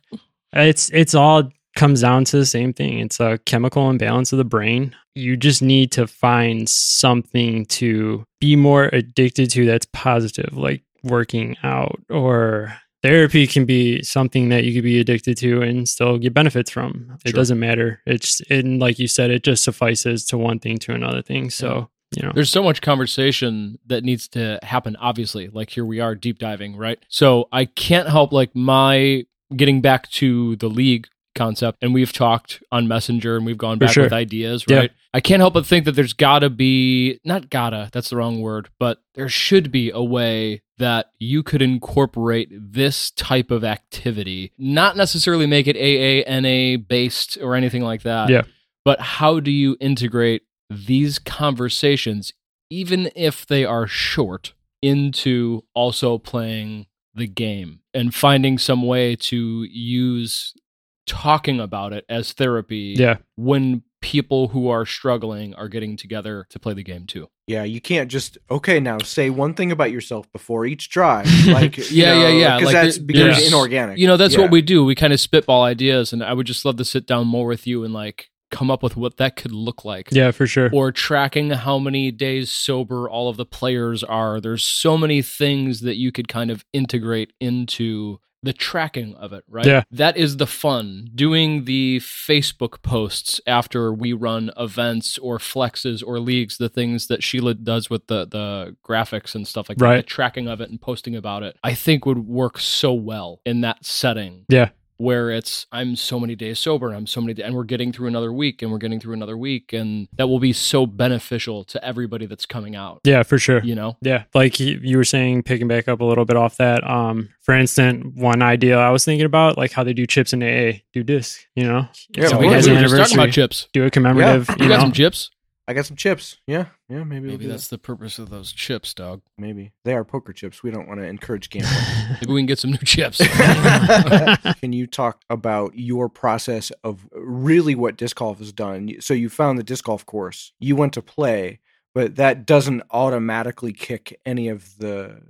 E: it's it's all comes down to the same thing. It's a chemical imbalance of the brain. You just need to find something to be more addicted to that's positive, like working out or therapy can be something that you could be addicted to and still get benefits from. It
C: Sure.
E: doesn't matter. It's and like you said, it just suffices to one thing to another thing. So you know,
B: There's so much conversation that needs to happen, obviously. Like here we are deep diving, right? So I can't help like my getting back to the league concept and we've talked on Messenger and we've gone
E: For
B: back
E: sure.
B: with ideas,
E: Yeah.
B: right? I can't help but think that there's gotta be not gotta, that's the wrong word, but there should be a way that you could incorporate this type of activity, not necessarily make it AANA based or anything like that
E: yeah,
B: but how do you integrate these conversations, even if they are short, into also playing the game and finding some way to use talking about it as therapy
E: yeah,
B: when people who are struggling are getting together to play the game too?
D: Yeah, you can't just okay now say one thing about yourself before each drive. Like you
B: Yeah, yeah,
D: know,
B: yeah,
D: 'cause
B: like,
D: that's
B: there-
D: becomes
E: there's-
D: inorganic.
B: You know, that's
D: Yeah.
B: what we do. We kind of spitball ideas, and I would just love to sit down more with you and like come up with what that could look like.
E: yeah, for sure.
B: or tracking how many days sober all of the players are. There's so many things that you could kind of integrate into the tracking of it, right?
E: Yeah.
B: That is the fun. Doing the Facebook posts after we run events or flexes or leagues, the things that Sheila does with the the graphics and stuff like that,
E: Right.
B: the tracking of it and posting about it, I think would work so well in that setting.
E: Yeah.
B: where it's I'm so many days sober, I'm so many, da- and we're getting through another week, and we're getting through another week, and that will be so beneficial to everybody that's coming out.
E: Yeah, for sure.
B: You know,
E: Yeah, like you, you were saying, picking back up a little bit off that. Um, for instance, one idea I was thinking about, like how they do chips in AA, do disc. You know,
D: Yeah, we
E: Somebody
D: were
E: has
D: just
E: an
B: talking
E: anniversary,
B: about chips.
E: Do a commemorative.
D: Yeah.
E: You,
B: you got
E: know,
B: some chips.
D: I got some chips. Yeah, yeah, maybe we'll
B: Maybe
D: do
B: that's the purpose of those chips, dog.
D: that. maybe they are poker chips. We don't want to encourage gambling.
B: Maybe we can get some new chips.
D: Can you talk about your process of really what disc golf has done? So you found the disc golf course, you went to play, but that doesn't automatically kick any of the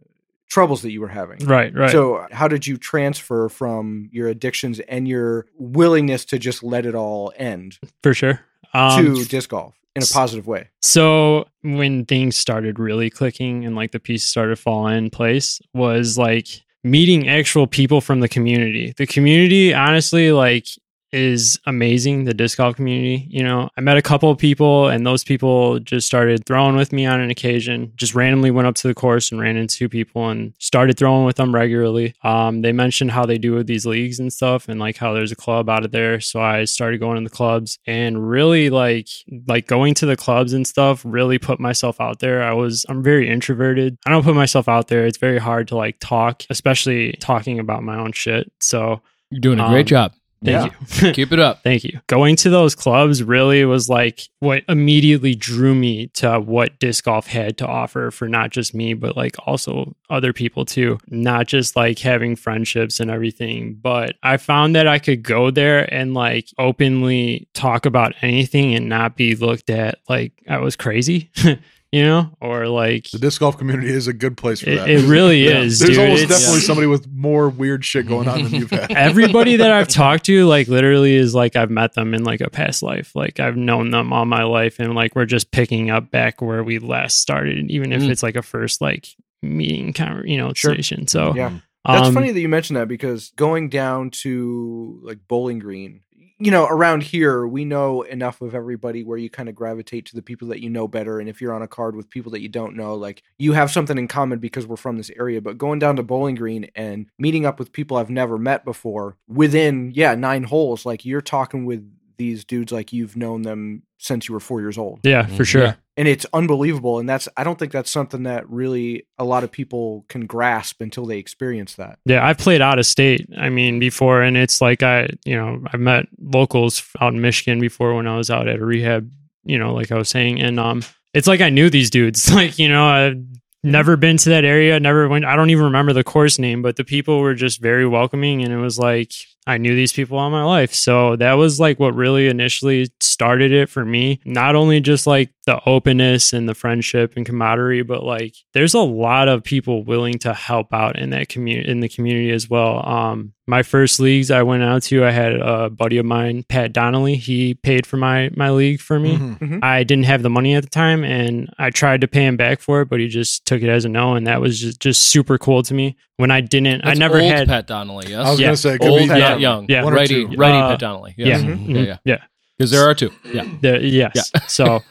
D: troubles that you were having.
E: right, right.
D: So how did you transfer from your addictions and your willingness to just let it all end
E: for sure. Um,
D: to disc golf in a
E: s-
D: positive way?
E: So when things started really clicking and like the pieces started falling in place was like meeting actual people from the community. The community honestly like is amazing, the disc golf community. You know, I met a couple of people and those people just started throwing with me on an occasion. Just randomly went up to the course and ran into people and started throwing with them regularly. Um, they mentioned how they do with these leagues and stuff and like how there's a club out of there. So I started going to the clubs and really like like going to the clubs and stuff really put myself out there. I was I'm very introverted. I don't put myself out there. It's very hard to like talk, especially talking about my own shit. So
B: You're doing a great
E: Um,
B: job.
E: thank you.
B: Keep it up.
E: Thank you. Going to those clubs really was like what immediately drew me to what disc golf had to offer for not just me, but like also other people too. Not just like having friendships and everything, but I found that I could go there and like openly talk about anything and not be looked at like I was crazy, you know, or like.
C: The disc golf community is a good place for
E: It-
C: that.
E: it really is,
C: There's
E: dude.
C: almost
E: It's-
C: definitely somebody with more weird shit going on than you've had.
E: everybody that I've talked to, like literally, is like I've met them in like a past life. Like I've known them all my life, and like we're just picking up back where we last started, and even if
B: Mm.
E: it's like a first like meeting kind of you know station. So
D: Yeah. That's
E: um,
D: funny that you mentioned that because going down to like Bowling Green, you know, around here, we know enough of everybody where you kind of gravitate to the people that you know better. And if you're on a card with people that you don't know, like you have something in common because we're from this area. But going down to Bowling Green and meeting up with people I've never met before within, yeah, nine holes, like you're talking with these dudes like you've known them since you were four years old
E: Yeah, for sure.
B: Yeah.
D: and it's unbelievable and that's i don't think that's something that really a lot of people can grasp until they experience that
E: Yeah, I've played out of state. I mean, before, and it's like I, you know, I've met locals out in Michigan before when I was out at a rehab. You know, like I was saying, and um, it's like I knew these dudes. Like you know, I've never been to that area. Never went. I don't even remember the course name, but the people were just very welcoming, and it was like I knew these people all my life. So that was like what really initially started it for me. Not only just like the openness and the friendship and camaraderie, but like there's a lot of people willing to help out in that community in the community as well. Um my first leagues I went out to, I had a buddy of mine, Pat Donnelly. He paid for my my league for me.
C: Mhm.
E: I didn't have the money at the time and I tried to pay him back for it, but he just took it as a no and that was just, just super cool to me. When I didn't I
B: That's
E: never
B: old
E: had
B: Pat Donnelly. Yes,
C: I was
E: Yeah.
C: gonna say, it could
B: old
C: be
B: Pat
E: yeah,
B: Young.
E: yeah.
C: One or
B: righty,
C: two.
B: righty
E: Uh,
B: Pat Donnelly.
E: yeah.
A: Mm-hmm.
B: Yes.
E: mhm,
B: Mm-hmm. yeah, yeah.
E: yeah.
B: Because there are two. Yeah.
E: There, yes. so,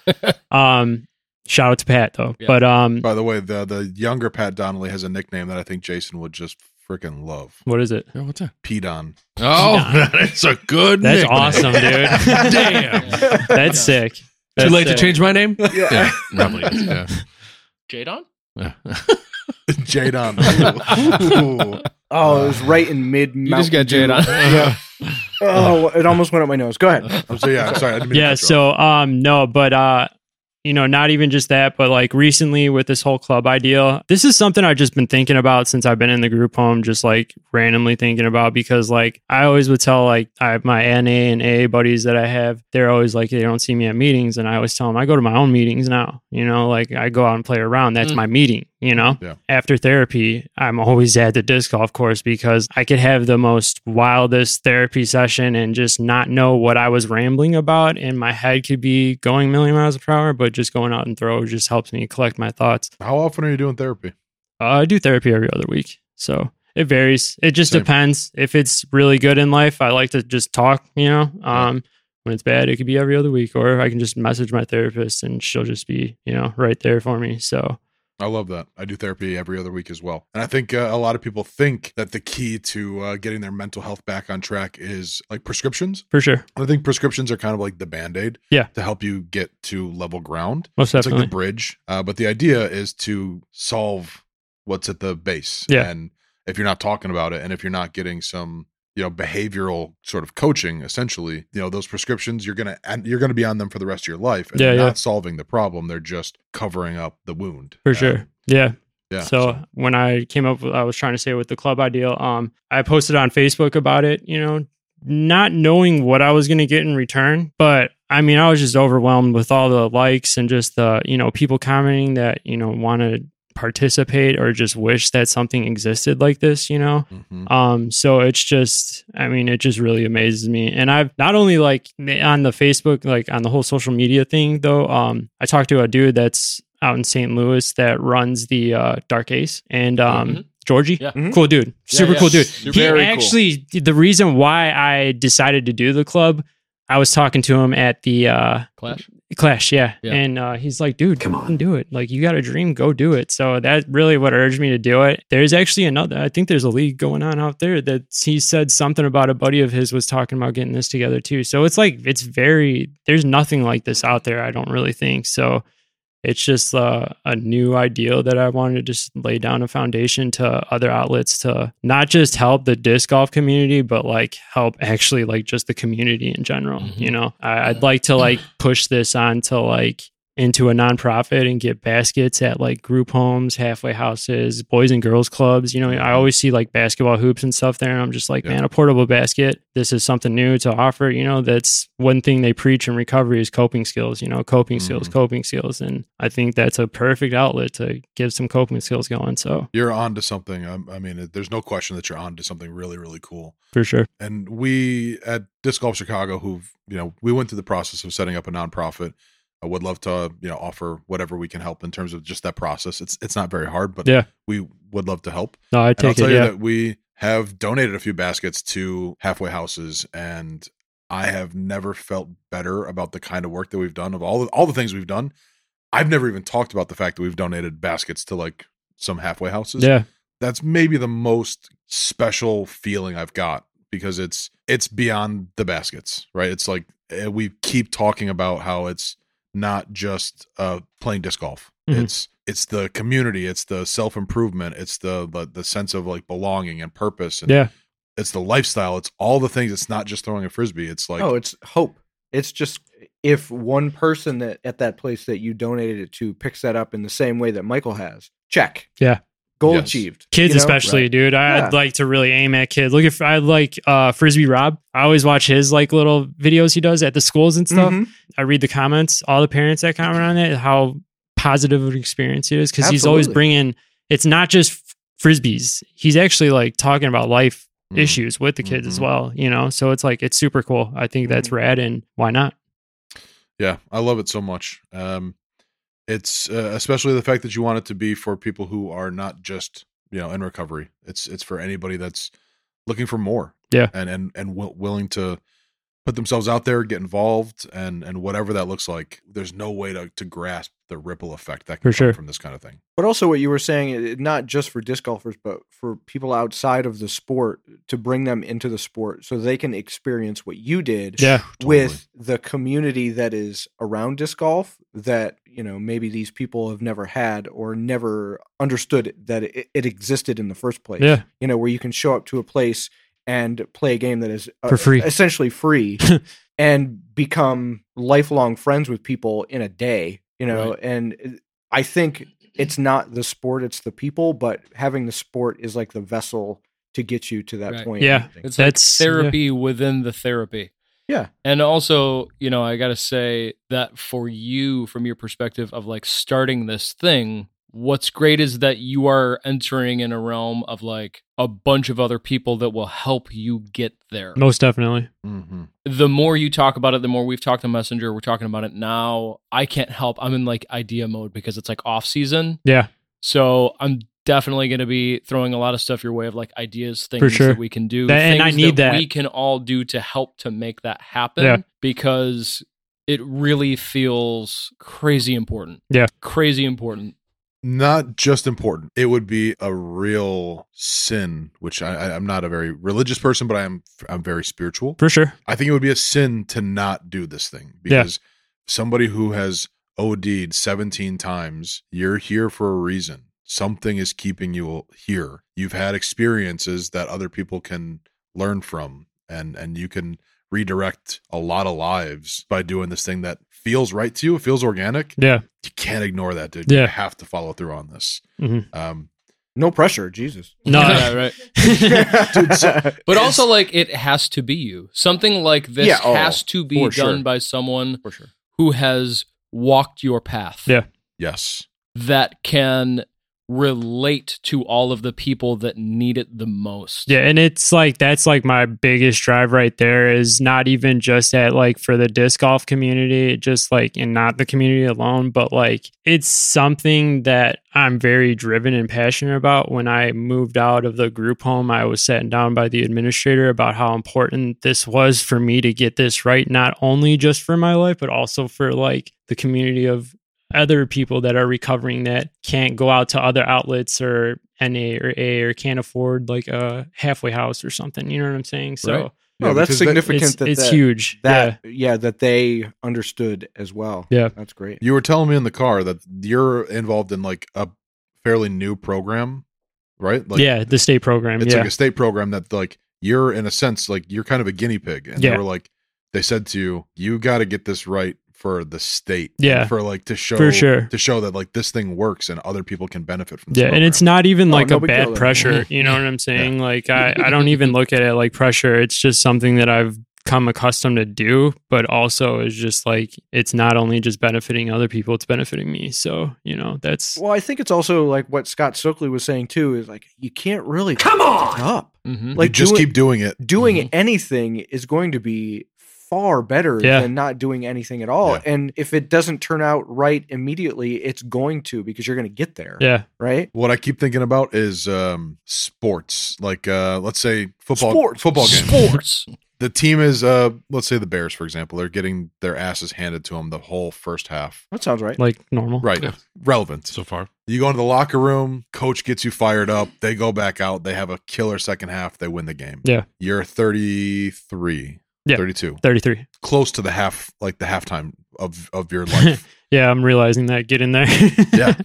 E: um, shout out to Pat though.
B: Yeah.
E: But um,
C: By the way, the the younger Pat Donnelly has a nickname that I think Jason would just freaking love.
E: what is it?
A: Yeah, what's that?
C: P Don.
A: Oh, that's a good.
E: That's
A: nickname.
E: awesome, dude.
A: Damn.
B: Yeah.
E: That's sick.
A: Too
E: That's
A: late to
E: sick.
A: change my name.
D: Yeah.
A: probably. is, Yeah.
B: Jadon?
A: Yeah.
C: J Don.
D: oh it was right in mid
B: You just got Jadon.
D: oh it almost went up my nose go ahead
C: I'm so, yeah, I'm sorry. I didn't mean to
E: Yeah.
C: cut you off.
E: So, um, no, but uh, you know, not even just that, but like recently with this whole club idea, this is something I've just been thinking about since I've been in the group home, just like randomly thinking about because like I always would tell like I my NA and AA buddies that I have, they're always like they don't see me at meetings, and I always tell them I go to my own meetings now. You know, like I go out and play around. That's
B: Mm.
E: my meeting. You know,
C: Yeah.
E: after therapy, I'm always at the disc golf course because I could have the most wildest therapy session and just not know what I was rambling about. And my head could be going a million miles per hour, but just going out and throw just helps me collect my thoughts.
C: how often are you doing therapy?
E: Uh, I do therapy every other week. So it varies. It just
C: Same.
E: depends. If it's really good in life, I like to just talk, you know.
C: Yeah.
E: Um, when it's bad, it could be every other week, or I can just message my therapist and she'll just be, you know, right there for me. So
C: I love that. I do therapy every other week as well. And I think uh, a lot of people think that the key to uh, getting their mental health back on track is like prescriptions.
E: For sure.
C: And I think prescriptions are kind of like the band aid
E: Yeah.
C: to help you get to level ground.
E: Most
C: it's like
E: definitely.
C: the bridge. Uh, but the idea is to solve what's at the base.
E: Yeah.
C: And if you're not talking about it and if you're not getting some you know behavioral sort of coaching essentially you know those prescriptions you're gonna and you're gonna be on them for the rest of your life and
E: Yeah,
C: they're
E: yeah.
C: not solving the problem they're just covering up the wound
E: For
C: And-
E: sure. Yeah.
C: yeah
E: so, when I came up, with, I was trying to say with the club ideal. Um, I posted on Facebook about it. You know, not knowing what I was going to get in return, but I mean, I was just overwhelmed with all the likes and just the you know people commenting that you know want to participate or just wish that something existed like this. You know,
C: mm-hmm.
B: Mm-hmm.
E: um, so it's just, I mean, it just really amazes me. And I've not only like on the Facebook, like on the whole social media thing though, um, I talked to a dude that's out in St. Louis that runs the uh, Dark Ace and um,
B: Mhm.
E: Georgie.
B: Yeah. Mhm.
E: Cool dude.
B: Yeah,
E: Super
B: yeah.
E: cool dude.
B: Super
E: he
B: cool.
E: actually, the reason why I decided to do the club, I was talking to him at the uh,
B: Clash.
E: Clash, yeah.
B: Yeah.
E: And uh, he's like, dude, come on, do it. Like, you got a dream, go do it. So that really what urged me to do it. There's actually another, I think there's a league going on out there that he said something about a buddy of his was talking about getting this together too. So it's like, it's very, there's nothing like this out there, I don't really think. So it's just uh, a new ideal that I wanted to just lay down a foundation to other outlets to not just help the disc golf community, but like help actually like just the community in general. You know, I, I'd like to like push this on to like into a nonprofit and get baskets at like group homes, halfway houses, boys and girls clubs. You know,
C: Mm-hmm.
E: I always see like basketball hoops and stuff there, and I'm just like, man, a portable basket. This is something new to offer. You know, that's one thing they preach in recovery is coping skills. You know, coping skills,
C: Mm-hmm.
E: coping skills, and I think that's a perfect outlet to get some coping skills going. So
C: you're on to something um, I, I mean there's no question that you're on to something really really cool
E: for sure,
C: and we at disc golf chicago who've you know we went through the process of setting up a nonprofit i would love to you know offer whatever we can help in terms of just that process it's it's not very hard but
E: Yeah.
C: we would love to help
E: No, I
C: And
E: take it,
C: tell you
E: yeah.
C: that we have donated a few baskets to halfway houses and i have never felt better about the kind of work that we've done of all the, all the things we've done i've never even talked about the fact that we've donated baskets to like some halfway houses
E: yeah,
C: that's maybe the most special feeling I've got because it's it's beyond the baskets, right? It's like eh, we keep talking about how it's not just uh playing disc golf.
E: Mhm.
C: It's it's the community, it's the self-improvement, it's the, the the sense of like belonging and purpose and
E: yeah,
C: it's the lifestyle, it's all the things. It's not just throwing a frisbee. It's like
D: no, Oh, it's hope. It's just if one person that at that place that you donated it to picks that up in the same way that Michael has, check.
E: yeah.
D: Goal
C: Yes.
D: achieved.
E: Kids,
D: you know?
E: especially, dude. I,
D: Yeah.
E: I'd like to really aim at kids. Look, if I like uh, Frisbee Rob, I always watch his like little videos he does at the schools and stuff.
D: Mhm.
E: I read the comments, all the parents that comment on it, how positive of an experience it is because he's always
D: Absolutely.
E: bringing. It's not just f- frisbees. He's actually like talking about life
C: Mhm.
E: issues with the kids as
C: Mhm.
E: well. You know, so it's like it's super cool. I think that's rad, and why not?
C: Yeah, I love it so much. Um, it's uh, especially the fact that you want it to be for people who are not just you know in recovery. It's it's for anybody that's looking for more.
E: Yeah.
C: and and and wi- willing to put themselves out there, get involved, and and whatever that looks like. There's no way to to grasp the ripple effect that can
E: For
C: come
E: sure.
C: from this kind of thing.
D: But also, what you were saying, it- not just for disc golfers, but for people outside of the sport to bring them into the sport so they can experience what you did
E: Yeah.
D: with the community that is around disc golf that, you know, maybe these people have never had or never understood that it, it existed in the first place.
E: Yeah.
D: You know, where you can show up to a place and play a game that is uh,
E: For free.
D: essentially free and become lifelong friends with people in a day, you know, and I think it's not the sport, it's the people, but having the sport is like the vessel to get you to that
B: Right.
D: point.
E: Yeah,
B: It's
E: that's
B: like therapy within the therapy.
D: Yeah.
B: And also, you know, I got to say that for you, from your perspective of like starting this thing, what's great is that you are entering in a realm of like a bunch of other people that will help you get there.
E: yeah, most definitely.
C: Mm-hmm.
B: The more you talk about it, the more we've talked on Messenger, we're talking about it now. I can't help. I'm in like idea mode because it's like off season.
E: Yeah,
B: So I'm definitely going to be throwing a lot of stuff your way of like ideas, things
E: sure.
B: that we can do,
E: That- and I
B: things
E: need that.
B: we can all do to help to make that happen.
E: Yeah.
B: Because it really feels crazy important.
E: Yeah.
B: crazy important.
C: not just important. It would be a real sin, which I, I, I'm not a very religious person, but I am I'm very spiritual.
E: For sure.
C: I think it would be a sin to not do this thing
E: Yeah.
C: because somebody who has OD'd 17 times, you're here for a reason. Something is keeping you here. You've had experiences that other people can learn from and and you can redirect a lot of lives by doing this thing that feels right to you, feels organic.
E: Yeah.
C: You can't ignore that, dude. You
E: Yeah.
C: have to follow through on this.
E: Mhm.
C: Um
D: No pressure, Jesus.
E: No.
B: Yeah, right.
C: dude, so-
B: But also, like, it has to be you. Something like this
D: Yeah, oh,
B: has to be
D: for
B: done
D: sure.
B: by someone
D: For sure.
B: who has walked your path
E: Yeah.
C: yes.
B: that can relate to all of the people that need it the most.
E: Yeah, and it's like that's like my biggest drive right there is not even just at like for the disc golf community, just like and not the community alone, but like it's something that I'm very driven and passionate about. When I moved out of the group home, I was sat down by the administrator about how important this was for me to get this right, not only just for my life, but also for like the community of other people that are recovering that can't go out to other outlets or NA or A or can't afford like a halfway house or something. You know what I'm saying? So
B: Right.
D: No,
C: Yeah,
D: Oh, that's
C: because that-
D: significant.
E: it's,
D: that
E: it's
D: that-
E: huge.
D: That yeah. that they understood as well.
E: Yeah.
D: that's great.
C: You were telling me in the car that you're involved in like a fairly new program, right?
E: yeah.
C: Like
E: yeah, the state program.
C: it's
E: Yeah.
C: like a state program that like you're in a sense like you're kind of a guinea pig. And they
E: Yeah.
C: were like they said to you, you gotta get this right for the state.
E: Yeah.
C: For like to show
E: For sure.
C: to show that like this thing works and other people can benefit from this
E: yeah, and it's not even
C: Oh,
D: No,
E: like
D: no
E: a
D: big deal
E: bad
D: then.
E: pressure. You know what I'm saying? Like I, I don't even look at it like pressure. It's just something that I've come accustomed to do, but also is just like it's not only just benefiting other people, it's benefiting me. So, you know, that's
D: Well, I think it's also like what Scott Soakley was saying too is like you can't really come on up.
B: Mhm.
C: like
D: Like
C: just
D: doing,
C: keep doing it.
D: doing
B: Mhm.
D: anything is going to be far better
E: Yeah.
D: than not doing anything at all.
C: Yeah.
D: And if it doesn't turn out right immediately, it's going to because you're going to get there,
E: yeah.
D: right?
C: What I keep thinking about is um sports. Like uh let's say football
D: Sports.
C: football game.
B: Sports.
C: the team is uh let's say the bears for example they're getting their asses handed to them the whole first half
D: That sounds right.
E: Like normal.
C: right
A: Yeah.
C: relevant
A: so far.
C: you go into the locker room coach gets you fired up they go back out they have a killer second half they win the game
E: Yeah.
C: you're 33
E: Yeah.
C: 32
E: Thirty three.
C: close to the half like the halftime of of your life
E: Yeah, I'm realizing that. Get in there.
C: Yeah.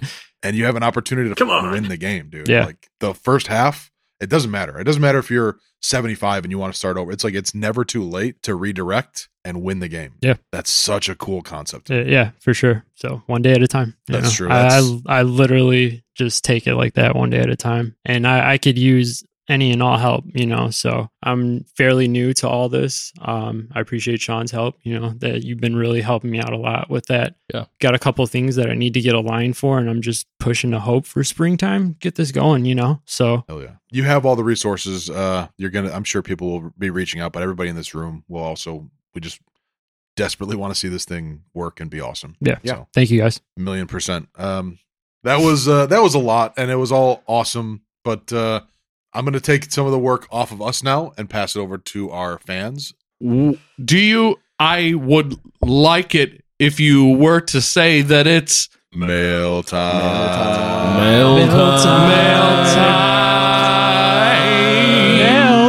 C: and you have an opportunity to
J: Come
C: fucking
J: on.
C: win the game dude
E: Yeah.
C: like the first half it doesn't matter it doesn't matter if you're 75 and you want to start over it's like it's never too late to redirect and win the game
E: Yeah.
C: that's such a cool concept
E: Uh, yeah, for sure. So one day at a time. you
C: That's
E: know?
C: true.
E: I,
C: That's-
E: I I literally just take it like that, one day at a time, and I I could use any and all help, you know. So I'm fairly new to all this. Um, I appreciate Sean's help. You know that you've been really helping me out a lot with that.
B: Yeah.
E: got a couple things that I need to get aligned for, and I'm just pushing to hope for springtime. Get this going, you know. So
C: Hell yeah. You have all the resources. Uh you're gonna I'm sure people will be reaching out, but everybody in this room will also we just desperately want to see this thing work and be awesome.
E: Yeah.
D: Yeah.
C: So
E: thank you guys.
C: a million percent. Um that was uh that was a lot and it was all awesome. But uh I'm gonna take some of the work off of us now and pass it over to our fans.
A: W- Do you? I would like it if you were to say that it's
C: Mail time.
B: Mail
E: Mail
B: time.
E: time.
A: mail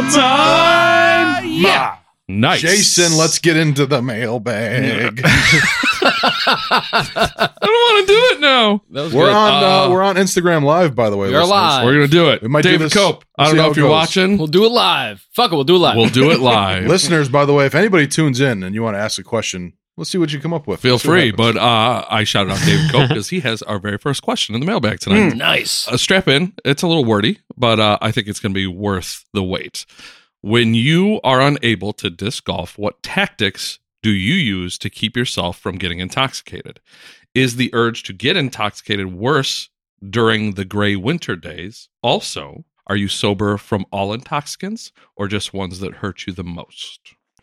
A: time.
E: Mail time.
A: Yeah. Nice.
C: Jason, let's get into the mailbag.
A: I don't want to do it now.
B: That was
C: we're
B: good.
C: on uh,
B: Uh,
C: we're on Instagram live, by the way.
B: we are
C: listeners.
B: live.
A: We're gonna do it.
C: We might do
A: David
C: this.
A: Cope. I
C: See
A: don't
C: how
A: know
C: it
A: if you're
C: goes.
A: watching.
B: Uh, We'll do it live. Fuck it, we'll do it live.
A: We'll do it live.
C: Listeners, by the way, if anybody tunes in and you want to ask a question, let's see what you come up with.
A: Feel
C: Let's see what
A: free,
C: happens.
A: but uh, I shouted out David Cope because he has our very first question in the mailbag
C: Hmm.
A: tonight.
B: nice.
A: Uh, strap in. It's a little wordy, but uh, I think it's going to be worth the wait. When you are unable to disc golf, what tactics do you use to keep yourself from getting intoxicated? Is the urge to get intoxicated worse during the gray winter days? Also, are you sober from all intoxicants or just ones that hurt you the most?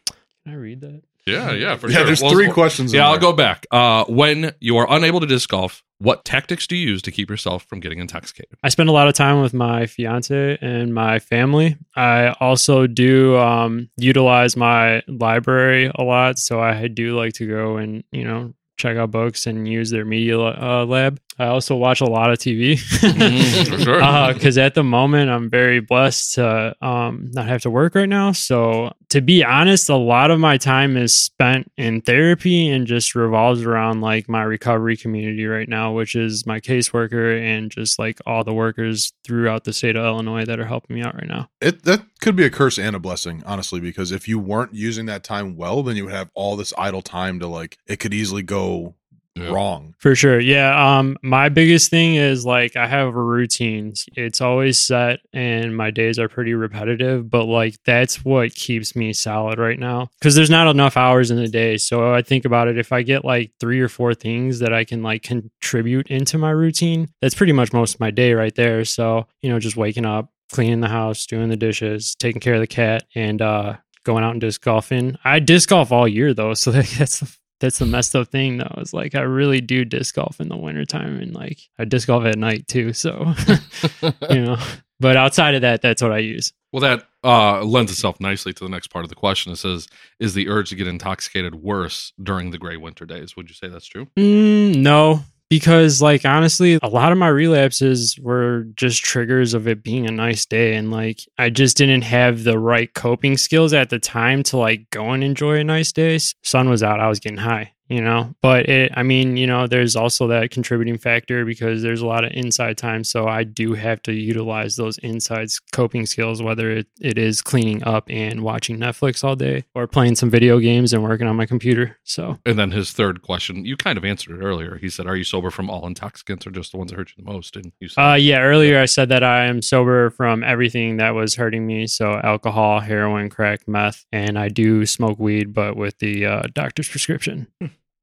E: Can I read that?
A: Yeah, yeah, for
C: yeah,
A: sure.
C: there's
A: Well,
C: three
A: well,
C: questions. in
A: Yeah, I'll
C: there.
A: go back. Uh, when you are unable to disc golf, what tactics do you use to keep yourself from getting intoxicated?
E: I spend a lot of time with my fiance and my family. I also do um, utilize my library a lot, so I do like to go and you know check out books and use their media uh, lab. I also watch a lot of TV
A: Mm, for
E: because
A: sure.
E: at the moment I'm very blessed to um, not have to work right now. So to be honest, a lot of my time is spent in therapy and just revolves around like my recovery community right now, which is my caseworker and just like all the workers throughout the state of Illinois that are helping me out right now.
C: It that could be a curse and a blessing, honestly, because if you weren't using that time well, then you would have all this idle time to like it could easily go wrong.
E: For sure. Yeah. Um, my biggest thing is like I have routines. It's always set and my days are pretty repetitive, but like that's what keeps me solid right now. Cause there's not enough hours in the day. So I think about it, if I get like three or four things that I can like contribute into my routine, that's pretty much most of my day right there. So, you know, just waking up, cleaning the house, doing the dishes, taking care of the cat, and uh going out and disc golfing. I disc golf all year though, so that's the that's the messed up thing though is like i really do disc golf in the wintertime and like i disc golf at night too so you know but outside of that that's what i use
A: Well, that uh, lends itself nicely to the next part of the question. It says, "Is the urge to get intoxicated worse during the gray winter days?" Would you say that's true?
E: Mm, no, because like honestly, a lot of my relapses were just triggers of it being a nice day, and like I just didn't have the right coping skills at the time to like go and enjoy a nice day. S- Sun was out, I was getting high. You know, but it, I mean, you know, there's also that contributing factor because there's a lot of inside time. So I do have to utilize those inside s- coping skills, whether it, it is cleaning up and watching Netflix all day or playing some video games and working on my computer. So
A: And then his third question, you kind of answered it earlier. He said, "Are you sober from all intoxicants, or just the ones that hurt you the most?" And you said,
E: Uh, yeah, earlier I said that I am sober from everything that was hurting me. So alcohol, heroin, crack, meth, and I do smoke weed, but with the uh, doctor's prescription.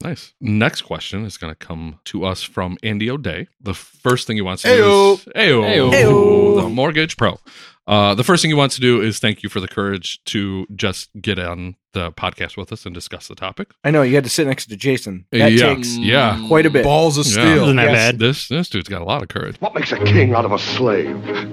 A: "Nice." Next question is going to come to us from Andy O'Day. The first thing he wants to
C: Ayo.
A: do is Ayo,
C: Ayo. Ayo.
A: the mortgage pro. Uh, the first thing he wants to do is thank you for the courage to just get on the podcast with us and discuss the topic.
D: I know you had to sit next to Jason. That
A: Yeah.
D: takes
B: Mm.
A: Yeah.
D: quite a bit.
C: Balls of
A: Yeah.
C: steel.
E: Isn't that
D: Yes.
E: bad?
A: This this dude's got a lot of courage.
M: What makes a king out of a slave?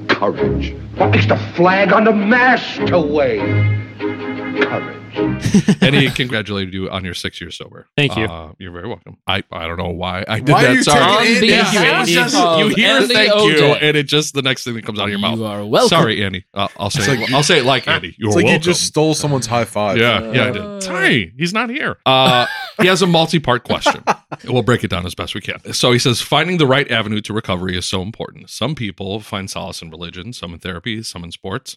M: Courage. What makes the flag on the mast to wave? Courage.
A: and he congratulated you on your six years sober.
E: Thank you.
A: Uh, you're very welcome. I, I don't know why I did
C: Why are
A: that.
C: you
A: Sorry.
C: taking
B: On
C: Andy's
B: behalf
C: ass?
B: of
A: You hear
B: Andy
A: thank you,
B: O'Day.
A: and it just the next thing that comes out of your mouth.
B: You are welcome.
A: Sorry, Andy. Uh, I'll say
C: It's
A: it, I'll say it like Andy. You're
C: It's like
A: welcome.
C: you just stole someone's high five.
A: yeah, yeah, I did. Sorry, he's not here. Uh, he has a multi-part question. we'll break it down as best we can. So he says, finding the right avenue to recovery is so important. Some people find solace in religion, some in therapy, some in sports.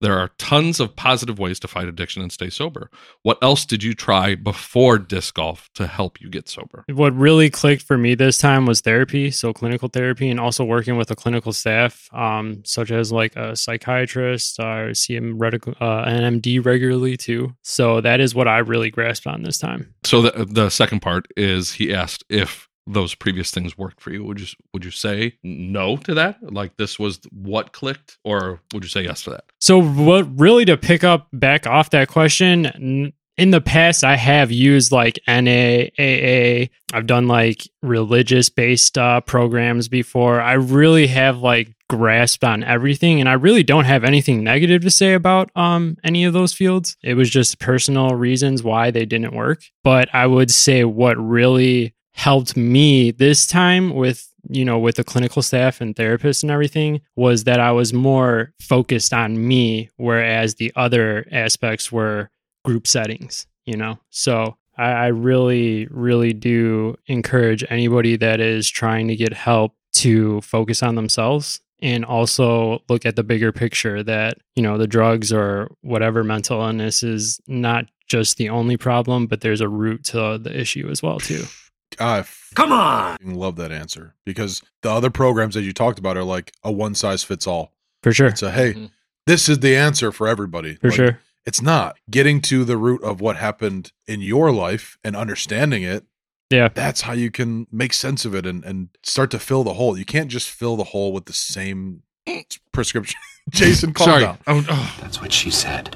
A: There are tons of positive ways to fight addiction and stay sober. What else did you try before disc golf to help you get sober?
E: What really clicked for me this time was therapy, so clinical therapy, and also working with a clinical staff, um, such as like a psychiatrist. I see him redic- uh, an MD regularly too. So that is what I really grasped on this time.
A: So the the second part is he asked if those previous things worked for you. Would you would you say no to that? Like this was what clicked, or would you say yes to that?
E: So, what really to pick up back off that question, n- in the past, I have used like NAAA. I've done like religious based uh, programs before. I really have like grasped on everything, and I really don't have anything negative to say about um, any of those fields. It was just personal reasons why they didn't work. But I would say what really helped me this time with you know with the clinical staff and therapists and everything was that I was more focused on me whereas the other aspects were group settings you know so I, I really really do encourage anybody that is trying to get help to focus on themselves and also look at the bigger picture that you know the drugs or whatever mental illness is not just the only problem but there's a root to the issue as well too
C: I come on. Love that answer because the other programs that you talked about are like a one size fits all.
E: For sure.
C: It's a hey,
A: Mm-hmm.
B: Mhm.
C: this is the answer for everybody.
E: For
C: Like,
E: sure.
C: It's not getting to the root of what happened in your life and understanding it.
E: Yeah.
C: That's how you can make sense of it and, and start to fill the hole. You can't just fill the hole with the same prescription. Jason, calm
A: Sorry,
C: down.
A: Oh, oh,
M: That's what she said.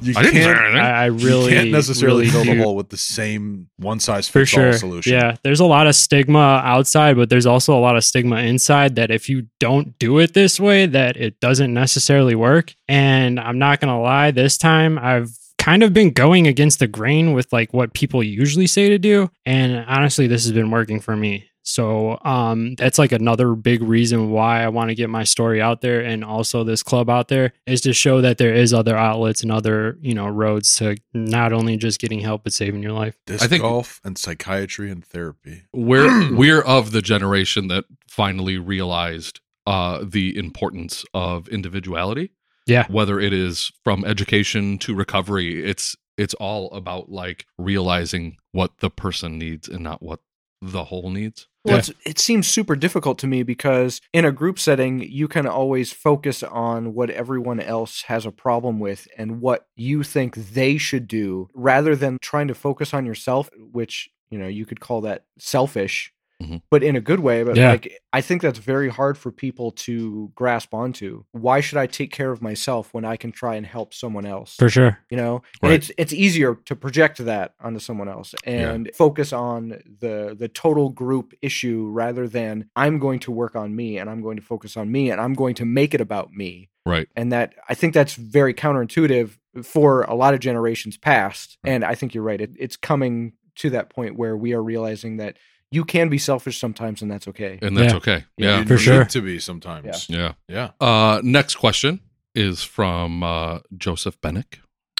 C: You
A: I didn't say anything.
E: I, I really
C: you can't necessarily
E: really
C: fill the
E: do-
C: hole with the same one size
E: for
C: fits all
E: sure.
C: solution.
E: Yeah, there's a lot of stigma outside, but there's also a lot of stigma inside that if you don't do it this way, that it doesn't necessarily work. And I'm not gonna lie, this time I've kind of been going against the grain with like what people usually say to do. And honestly, this has been working for me. So um, that's like another big reason why I want to get my story out there and also this club out there is to show that there is other outlets and other you know roads to not only just getting help but saving your life.
C: Disc golf and psychiatry and therapy.
A: We're we're of the generation that finally realized uh, the importance of individuality.
E: Yeah.
A: Whether it is from education to recovery, it's it's all about like realizing what the person needs and not what the whole needs.
E: Yeah.
D: Well, it's, it seems super difficult to me because in a group setting, you can always focus on what everyone else has a problem with and what you think they should do rather than trying to focus on yourself, which, you know, you could call that selfish,
A: Mhm.
D: but in a good way. But
E: Mm-hmm. Yeah.
D: like, I think that's very hard for people to grasp onto. Why should I take care of myself when I can try and help someone else?
E: For sure.
D: you know and
A: Right.
D: it's it's easier to project that onto someone else and focus on the the total group issue rather than i'm going to work on me and i'm going to focus on me and i'm going to make it about me
A: Right.
D: and that i think that's very counterintuitive for a lot of generations past and i think you're right it, it's coming to that point where we are realizing that you can be selfish sometimes and that's okay
A: And that's
E: Yeah.
A: okay.
C: You
A: Yeah.
E: For
C: need
E: sure.
C: to be sometimes.
A: Yeah.
C: Yeah,
A: Uh, next question is from uh, Joseph Bennick.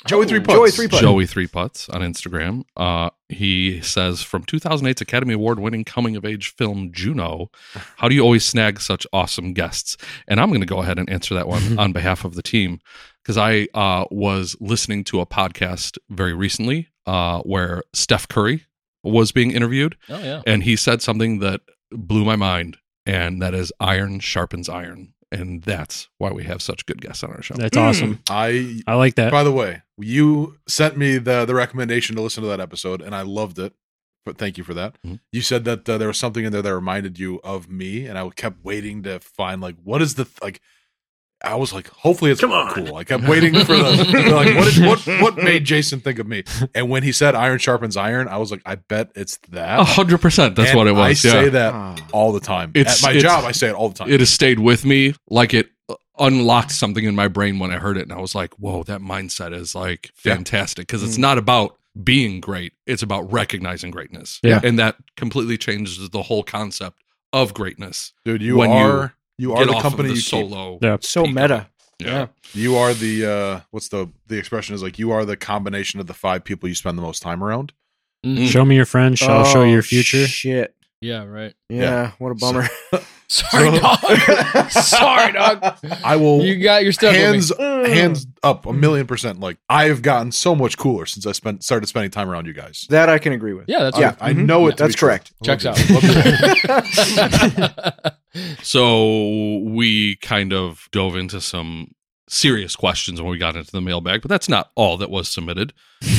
C: Joey three putts.
D: Joey Three Putts.
A: Joey Three Putts on Instagram. Uh, he says from 2008's Academy Award winning coming of age film Juno, how do you always snag such awesome guests? And I'm going to go ahead and answer that
C: Mm-hmm.
A: one on behalf of the team because I uh, was listening to a podcast very recently uh, where Steph Curry was being interviewed
B: Oh yeah.
A: and he said something that blew my mind and that is iron sharpens iron and that's why we have such good guests on our show
E: That's awesome.
C: I
E: I like that.
C: By the way, you sent me the the recommendation to listen to that episode, and I loved it. But thank you for that.
A: Mhm.
C: You said that uh, there was something in there that reminded you of me, and I kept waiting to find like what is the th- like. I was like, hopefully it's
J: Come on.
C: cool. I kept waiting for the like what, is, what what made Jason think of me? And when he said iron sharpens iron, I was like, I bet it's that.
A: a hundred percent Oh, that's
C: And
A: what it was
C: I say
A: yeah.
C: that
D: Ah.
C: all the time.
A: It's-
C: At my
A: it's-
C: job, I say it all the time.
A: it has stayed with me like it uh, unlocked something in my brain when i heard it and i was like whoa that mindset is like
C: Yeah.
A: fantastic because it's
D: Mm.
A: not about being great it's about recognizing greatness
E: Yeah.
A: and that completely changes the whole concept of greatness
C: dude. You
A: when you
C: are you, are
A: Get
C: the
A: off of
C: company
A: the
C: you keep.
A: solo
E: Yeah.
D: so
A: peak.
D: meta
A: yeah.
C: You are the uh what's the the expression is like you are the combination of the five people you spend the most time around.
B: Mm.
E: Show me your friends. I'll
A: Oh,
E: show you your future.
D: Oh, shit
B: Yeah. Right.
D: yeah,
C: Yeah.
D: what a bummer
B: Sorry,
C: So-
B: dog. Sorry, dog.
C: I will
B: You got your stuff.
C: hands
D: Mm.
C: hands up
A: Mm.
C: a million percent. Like I have gotten so much cooler since I spent started spending time around you guys.
D: that i can agree with
B: Yeah, that's
C: I,
D: Yeah.
C: I
D: Mhm.
C: know it. to
D: That's
C: be true.
D: correct.
B: Checks out.
C: Love it.
A: So we kind of dove into some serious questions when we got into the mailbag, but that's not all that was submitted.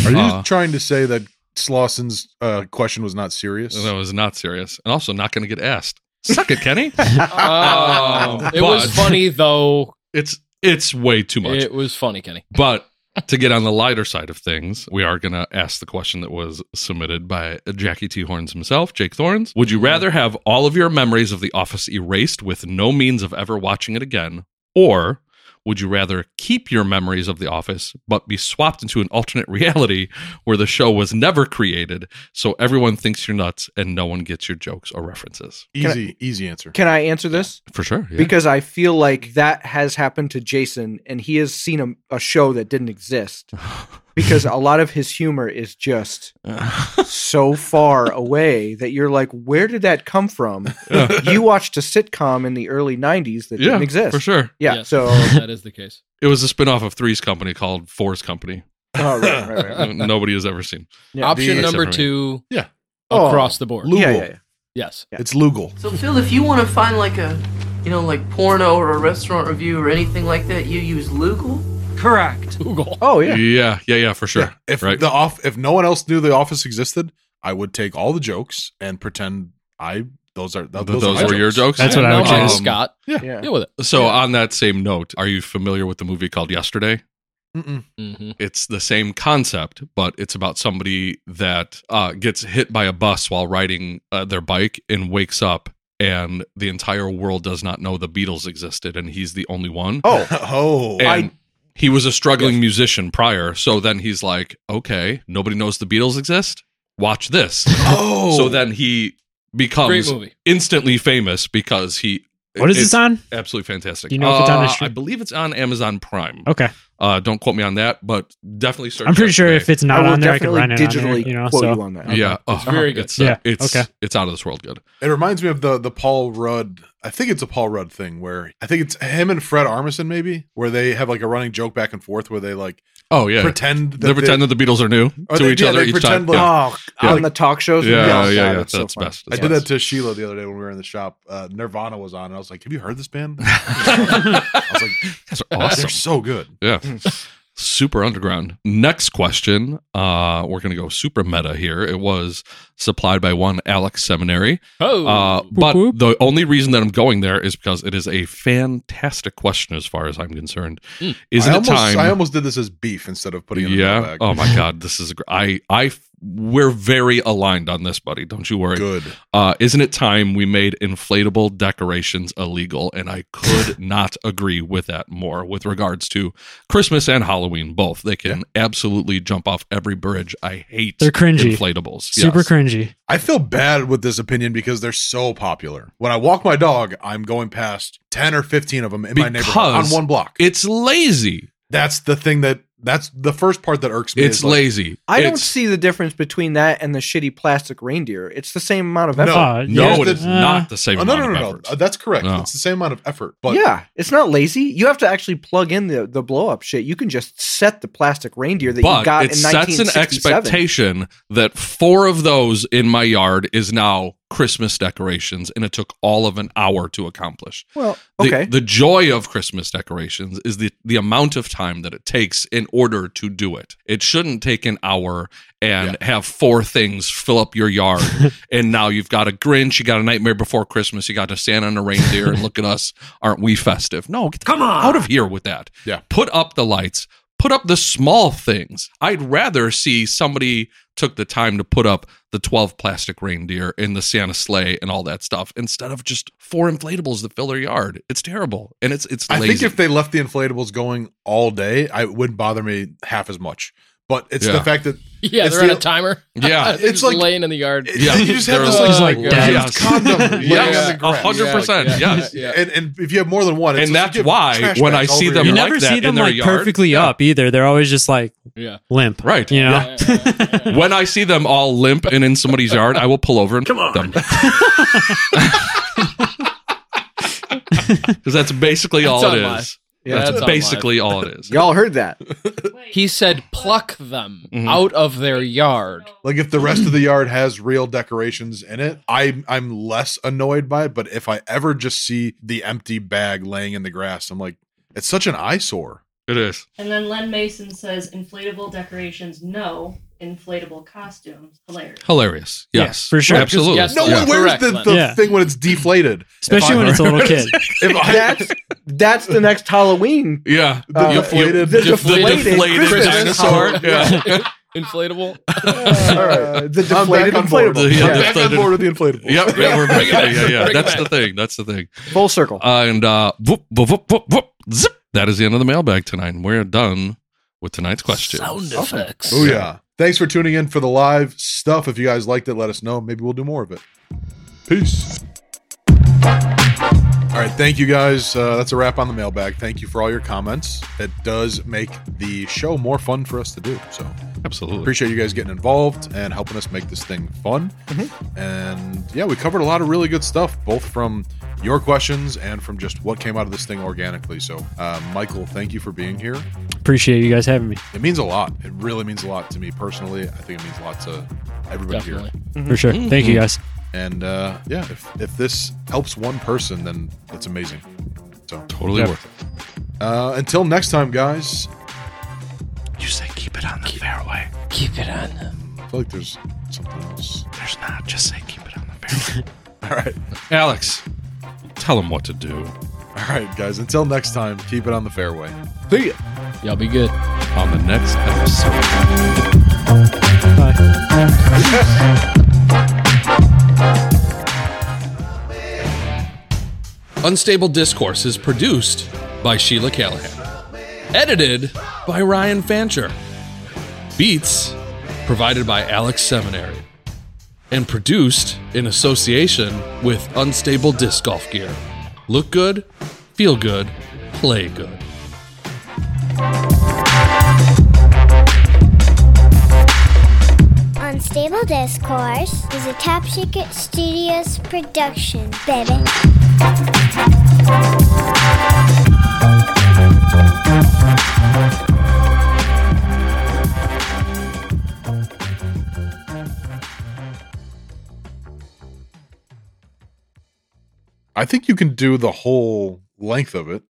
C: Are you
A: Uh,
C: trying to say that Slosson's uh, question was not serious?
A: That was not serious, and also not going to get asked. Suck it, Kenny.
B: Oh, it was
A: But-
B: funny though.
A: It's it's way too much.
B: It was funny, Kenny.
A: But to get on the lighter side of things, we are going to ask the question that was submitted by Jackie T. Horns himself, Jake Thorns. Would you rather have all of your memories of The Office erased with no means of ever watching it again, or would you rather keep your memories of The Office but be swapped into an alternate reality where the show was never created, so everyone thinks you're nuts and no one gets your jokes or references?
C: Easy, easy answer.
D: can i answer this
A: For sure. yeah.
D: because I feel like that has happened to Jason, and he has seen a, a show that didn't exist because a lot of his humor is just so far away that you're like, where did that come from? you watched a sitcom in the early '90s that
A: yeah,
D: didn't exist.
A: for sure.
D: Yeah,
B: Yes,
D: so oh,
B: that is the case.
A: It was a spin-off of Three's Company called Four's Company.
D: oh, right, right, right.
A: No- Nobody has ever seen.
D: Yeah.
B: Option
A: The-
B: number
A: Except for me.
B: two.
C: Yeah.
B: Across the board.
C: Lugal.
D: yeah, yeah, yeah.
B: Yes.
C: It's Lugal.
N: So Phil, if you want to find like a, you know, like porno or a restaurant review or anything like that, you use Lugal.
O: Correct.
B: Google.
D: Oh
A: Yeah,
D: yeah,
A: yeah, yeah, for sure.
C: Yeah. If
A: right.
C: the off, if no one else knew the office existed, I would take all the jokes and pretend I those are
A: Th-
C: uh, those,
A: those
C: are my
A: were your jokes. um,
E: That's what I would
B: No,
E: choose.
B: Scott.
D: yeah.
B: Deal with it.
A: So on that same note, are you familiar with the movie called Yesterday?
C: Mm-mm.
B: Mm-hmm.
A: It's the same concept, but it's about somebody that uh, gets hit by a bus while riding uh, their bike and wakes up, and the entire world does not know the Beatles existed, and he's the only one.
D: Oh,
C: Oh,
A: and
D: I-
A: He was a struggling musician prior, so then he's like, okay, nobody knows the Beatles exist. Watch this.
C: Oh.
A: so then he
B: Great
A: becomes
B: movie.
A: instantly famous because he.
E: What is
A: it's
E: this on?
A: Absolutely fantastic.
E: Do you know if it's on the
A: Uh,
E: stream?
A: I believe it's on Amazon Prime.
E: Okay.
A: Uh, don't quote me on that, but definitely search.
E: I'm pretty
A: that
E: sure
A: today.
E: if it's
D: I
E: not
D: will
E: on there, I can
D: definitely
E: run it. on there,
D: digitally
E: you know,
D: quote
E: so.
D: you on that.
A: Yeah, oh,
B: It's very good.
A: It's, uh,
E: Yeah,
A: it's
E: okay.
A: it's out of this world good.
C: It reminds me of the the Paul Rudd. I think it's a Paul Rudd thing where I think it's him and Fred Armisen maybe, where they have like a running joke back and forth where they like
A: Oh yeah,
C: pretend that
A: they pretend that the Beatles are new
C: Or
A: to
C: they-
A: each
C: yeah,
A: other
C: they
A: each time.
C: pretend like-
A: yeah.
D: Oh,
A: Yeah.
D: on the talk shows.
A: Yeah, yeah,
D: God,
A: yeah,
D: it's so
A: that's
D: fun.
A: best.
C: I
A: That's
C: did
A: best.
C: that to Sheila the other day when we were in the shop. Uh, Nirvana was on, and I was like, "Have you heard this band?" I was like,
A: That's
C: "They're
E: Oh.
A: awesome.
C: so good."
A: Yeah. Super underground. Next question. Uh, we're going to go super meta here. It was supplied by one Alex Seminary.
B: Oh,
A: Uh, but
E: whoop.
A: the only reason that I'm going there is because it is a fantastic question as far as I'm concerned.
B: Mm.
A: Isn't
C: I
A: it
C: almost,
A: time?
C: I almost did this as beef instead of putting it in the
A: yeah.
C: mailbag.
A: Oh my God. This is, a gr- I, I, f- we're very aligned on this, buddy. Don't you worry.
C: good.
A: Uh, isn't it time we made inflatable decorations illegal? And I could not agree with that more with regards to Christmas and Halloween, both. They can absolutely jump off every bridge. I hate
E: They're cringy.
A: inflatables.
E: Super
A: Yes.
E: cringy.
C: I feel bad with this opinion because they're so popular. When I walk my dog, I'm going past ten or fifteen of them in my neighborhood on
A: Because
C: one block.
A: It's lazy.
C: that's the thing that that's the first part that irks me.
A: It's
C: is, like,
A: lazy.
D: I don't
A: It's-
D: see the difference between that and the shitty plastic reindeer. It's the same amount of effort.
E: Uh,
A: No,
E: yeah.
A: it is
E: Uh,
A: not the same.
C: Oh, no, no,
A: amount
C: no,
A: of
C: no,
A: effort.
C: no. That's correct.
A: No.
C: It's the same amount of effort. But
D: yeah, it's not lazy. You have to actually plug in the, the blow up shit. You can just set the plastic reindeer that you got
A: but it
D: in
A: sets an
D: 1967.
A: expectation that four of those in my yard is now Christmas decorations, and it took all of an hour to accomplish.
D: Well,
A: The,
D: okay.
A: the joy of Christmas decorations is the, the amount of time that it takes in order to do it. It shouldn't take an hour and have four things fill up your yard. and now you've got a Grinch, you got a Nightmare Before Christmas, you got a Santa and a reindeer, and look at us, aren't we festive? No, get the Come on. out of here with that.
C: Yeah.
A: Put up the lights, put up the small things. I'd rather see somebody took the time to put up the 12 plastic reindeer in the Santa sleigh and all that stuff instead of just four inflatables that fill their yard. It's terrible. And it's it's
C: I
A: lazy.
C: think if they left the inflatables going all day, I it wouldn't bother me half as much. But it's
A: Yeah.
C: the fact that
B: yeah,
C: It's
B: they're on
C: the-
B: a timer.
A: Yeah,
B: They're
C: it's
B: just
C: like-
B: laying in the yard.
A: Yeah,
C: you just have
A: they're
C: this
A: like-
C: like,
B: like
C: dead
A: yes.
C: condom laying
A: Yes,
C: on the ground.
A: 100%, yes.
B: yeah.
C: And, and if you have more than one, it's
A: And
C: just
A: that's
C: you have
A: why
C: trash
A: when I
C: bags all
A: see
C: over
A: them
E: You
C: your-
A: like
E: never
A: that
E: see
A: in
E: them
A: their
E: like
A: yard.
E: perfectly
A: Yeah.
E: up either. They're always just like
B: yeah.
E: limp.
A: Right.
E: You know?
A: Yeah.
B: yeah, yeah, yeah.
A: when I see them all limp and in somebody's yard, I will pull over and come on them. Because that's basically all
B: That's
A: it
B: on
A: is.
D: Yeah.
A: that's
B: That's on
A: basically all it is.
D: Y'all heard that.
B: He said, pluck them
A: Mhm.
C: Mm-hmm.
B: out of their yard.
C: like if the rest of the yard has real decorations in it, I I'm less annoyed by it. But if I ever just see the empty bag laying in the grass, I'm like, it's such an eyesore.
A: It is.
O: And then Len Mason says inflatable decorations, no. Inflatable costumes. Hilarious.
A: Hilarious.
E: Yeah,
A: Yes.
E: for sure.
A: Absolutely.
B: Yes.
C: No
B: Yeah.
C: one wears
B: Correct,
C: the,
B: Len.
C: the
E: Yeah.
C: thing when it's deflated,
E: Especially when it's a little kid.
C: If I,
D: That's that's the next Halloween.
A: Yeah.
C: the
D: Uh,
C: deflated,
D: the
A: The
D: deflated
A: deflated
D: Christmas
A: dinosaur.
D: holiday.
A: Yeah.
B: Inflatable.
D: Uh, the
C: I'm
D: deflated
C: back on board.
D: inflatable.
A: The- uh, yeah, the-
C: I'm
D: Yeah.
C: back on board with the inflatable.
A: Yep, yeah, we're bringing it. Yeah, yeah.
B: Bring it
A: That's
B: back.
A: the thing. That's the thing.
D: Full circle.
A: Uh, and uh, whoop, whoop, whoop, whoop, whoop, zip. That is the end of the mailbag tonight. And we're done with tonight's question.
B: Sound effects.
C: Oh yeah. Thanks for tuning in for the live stuff. If you guys liked it, let us know. Maybe we'll do more of it. Peace. All right, thank you guys. Uh, that's a wrap on the mailbag. Thank you for all your comments. It does make the show more fun for us to do. So
A: Absolutely.
C: appreciate you guys getting involved and helping us make this thing fun. Mm-hmm. And yeah, we covered a lot of really good stuff, both from your questions and from just what came out of this thing organically. So, uh, Michael, thank you for being here
E: Appreciate you guys having me.
C: it means a lot. It really means a lot to me personally. I think it means a lot to everybody
B: Definitely.
C: here.
A: Mm-hmm.
E: For sure. Thank you guys.
C: And uh, yeah, if, if this helps one person, then it's amazing. So
A: Totally
E: Yep.
A: worth it.
C: uh, until next time, guys.
A: You say keep it on the fairway.
B: Keep it on them.
C: I feel like there's something else.
A: There's not. Just say keep it on the fairway.
C: All right,
A: Alex, tell them what to do.
C: all right, guys. Until next time, keep it on the fairway. See ya.
B: Y'all be good.
A: on the next episode.
E: Bye.
A: Unstable Discourse is produced by Sheila Callahan. Edited by Ryan Fancher. Beats provided by Alex Seminary. And produced in association with Unstable Disc Golf Gear. Look good, feel good, play good.
L: Unstable Discourse is a Top Secret Studios production, baby.
C: I think you can do the whole length of it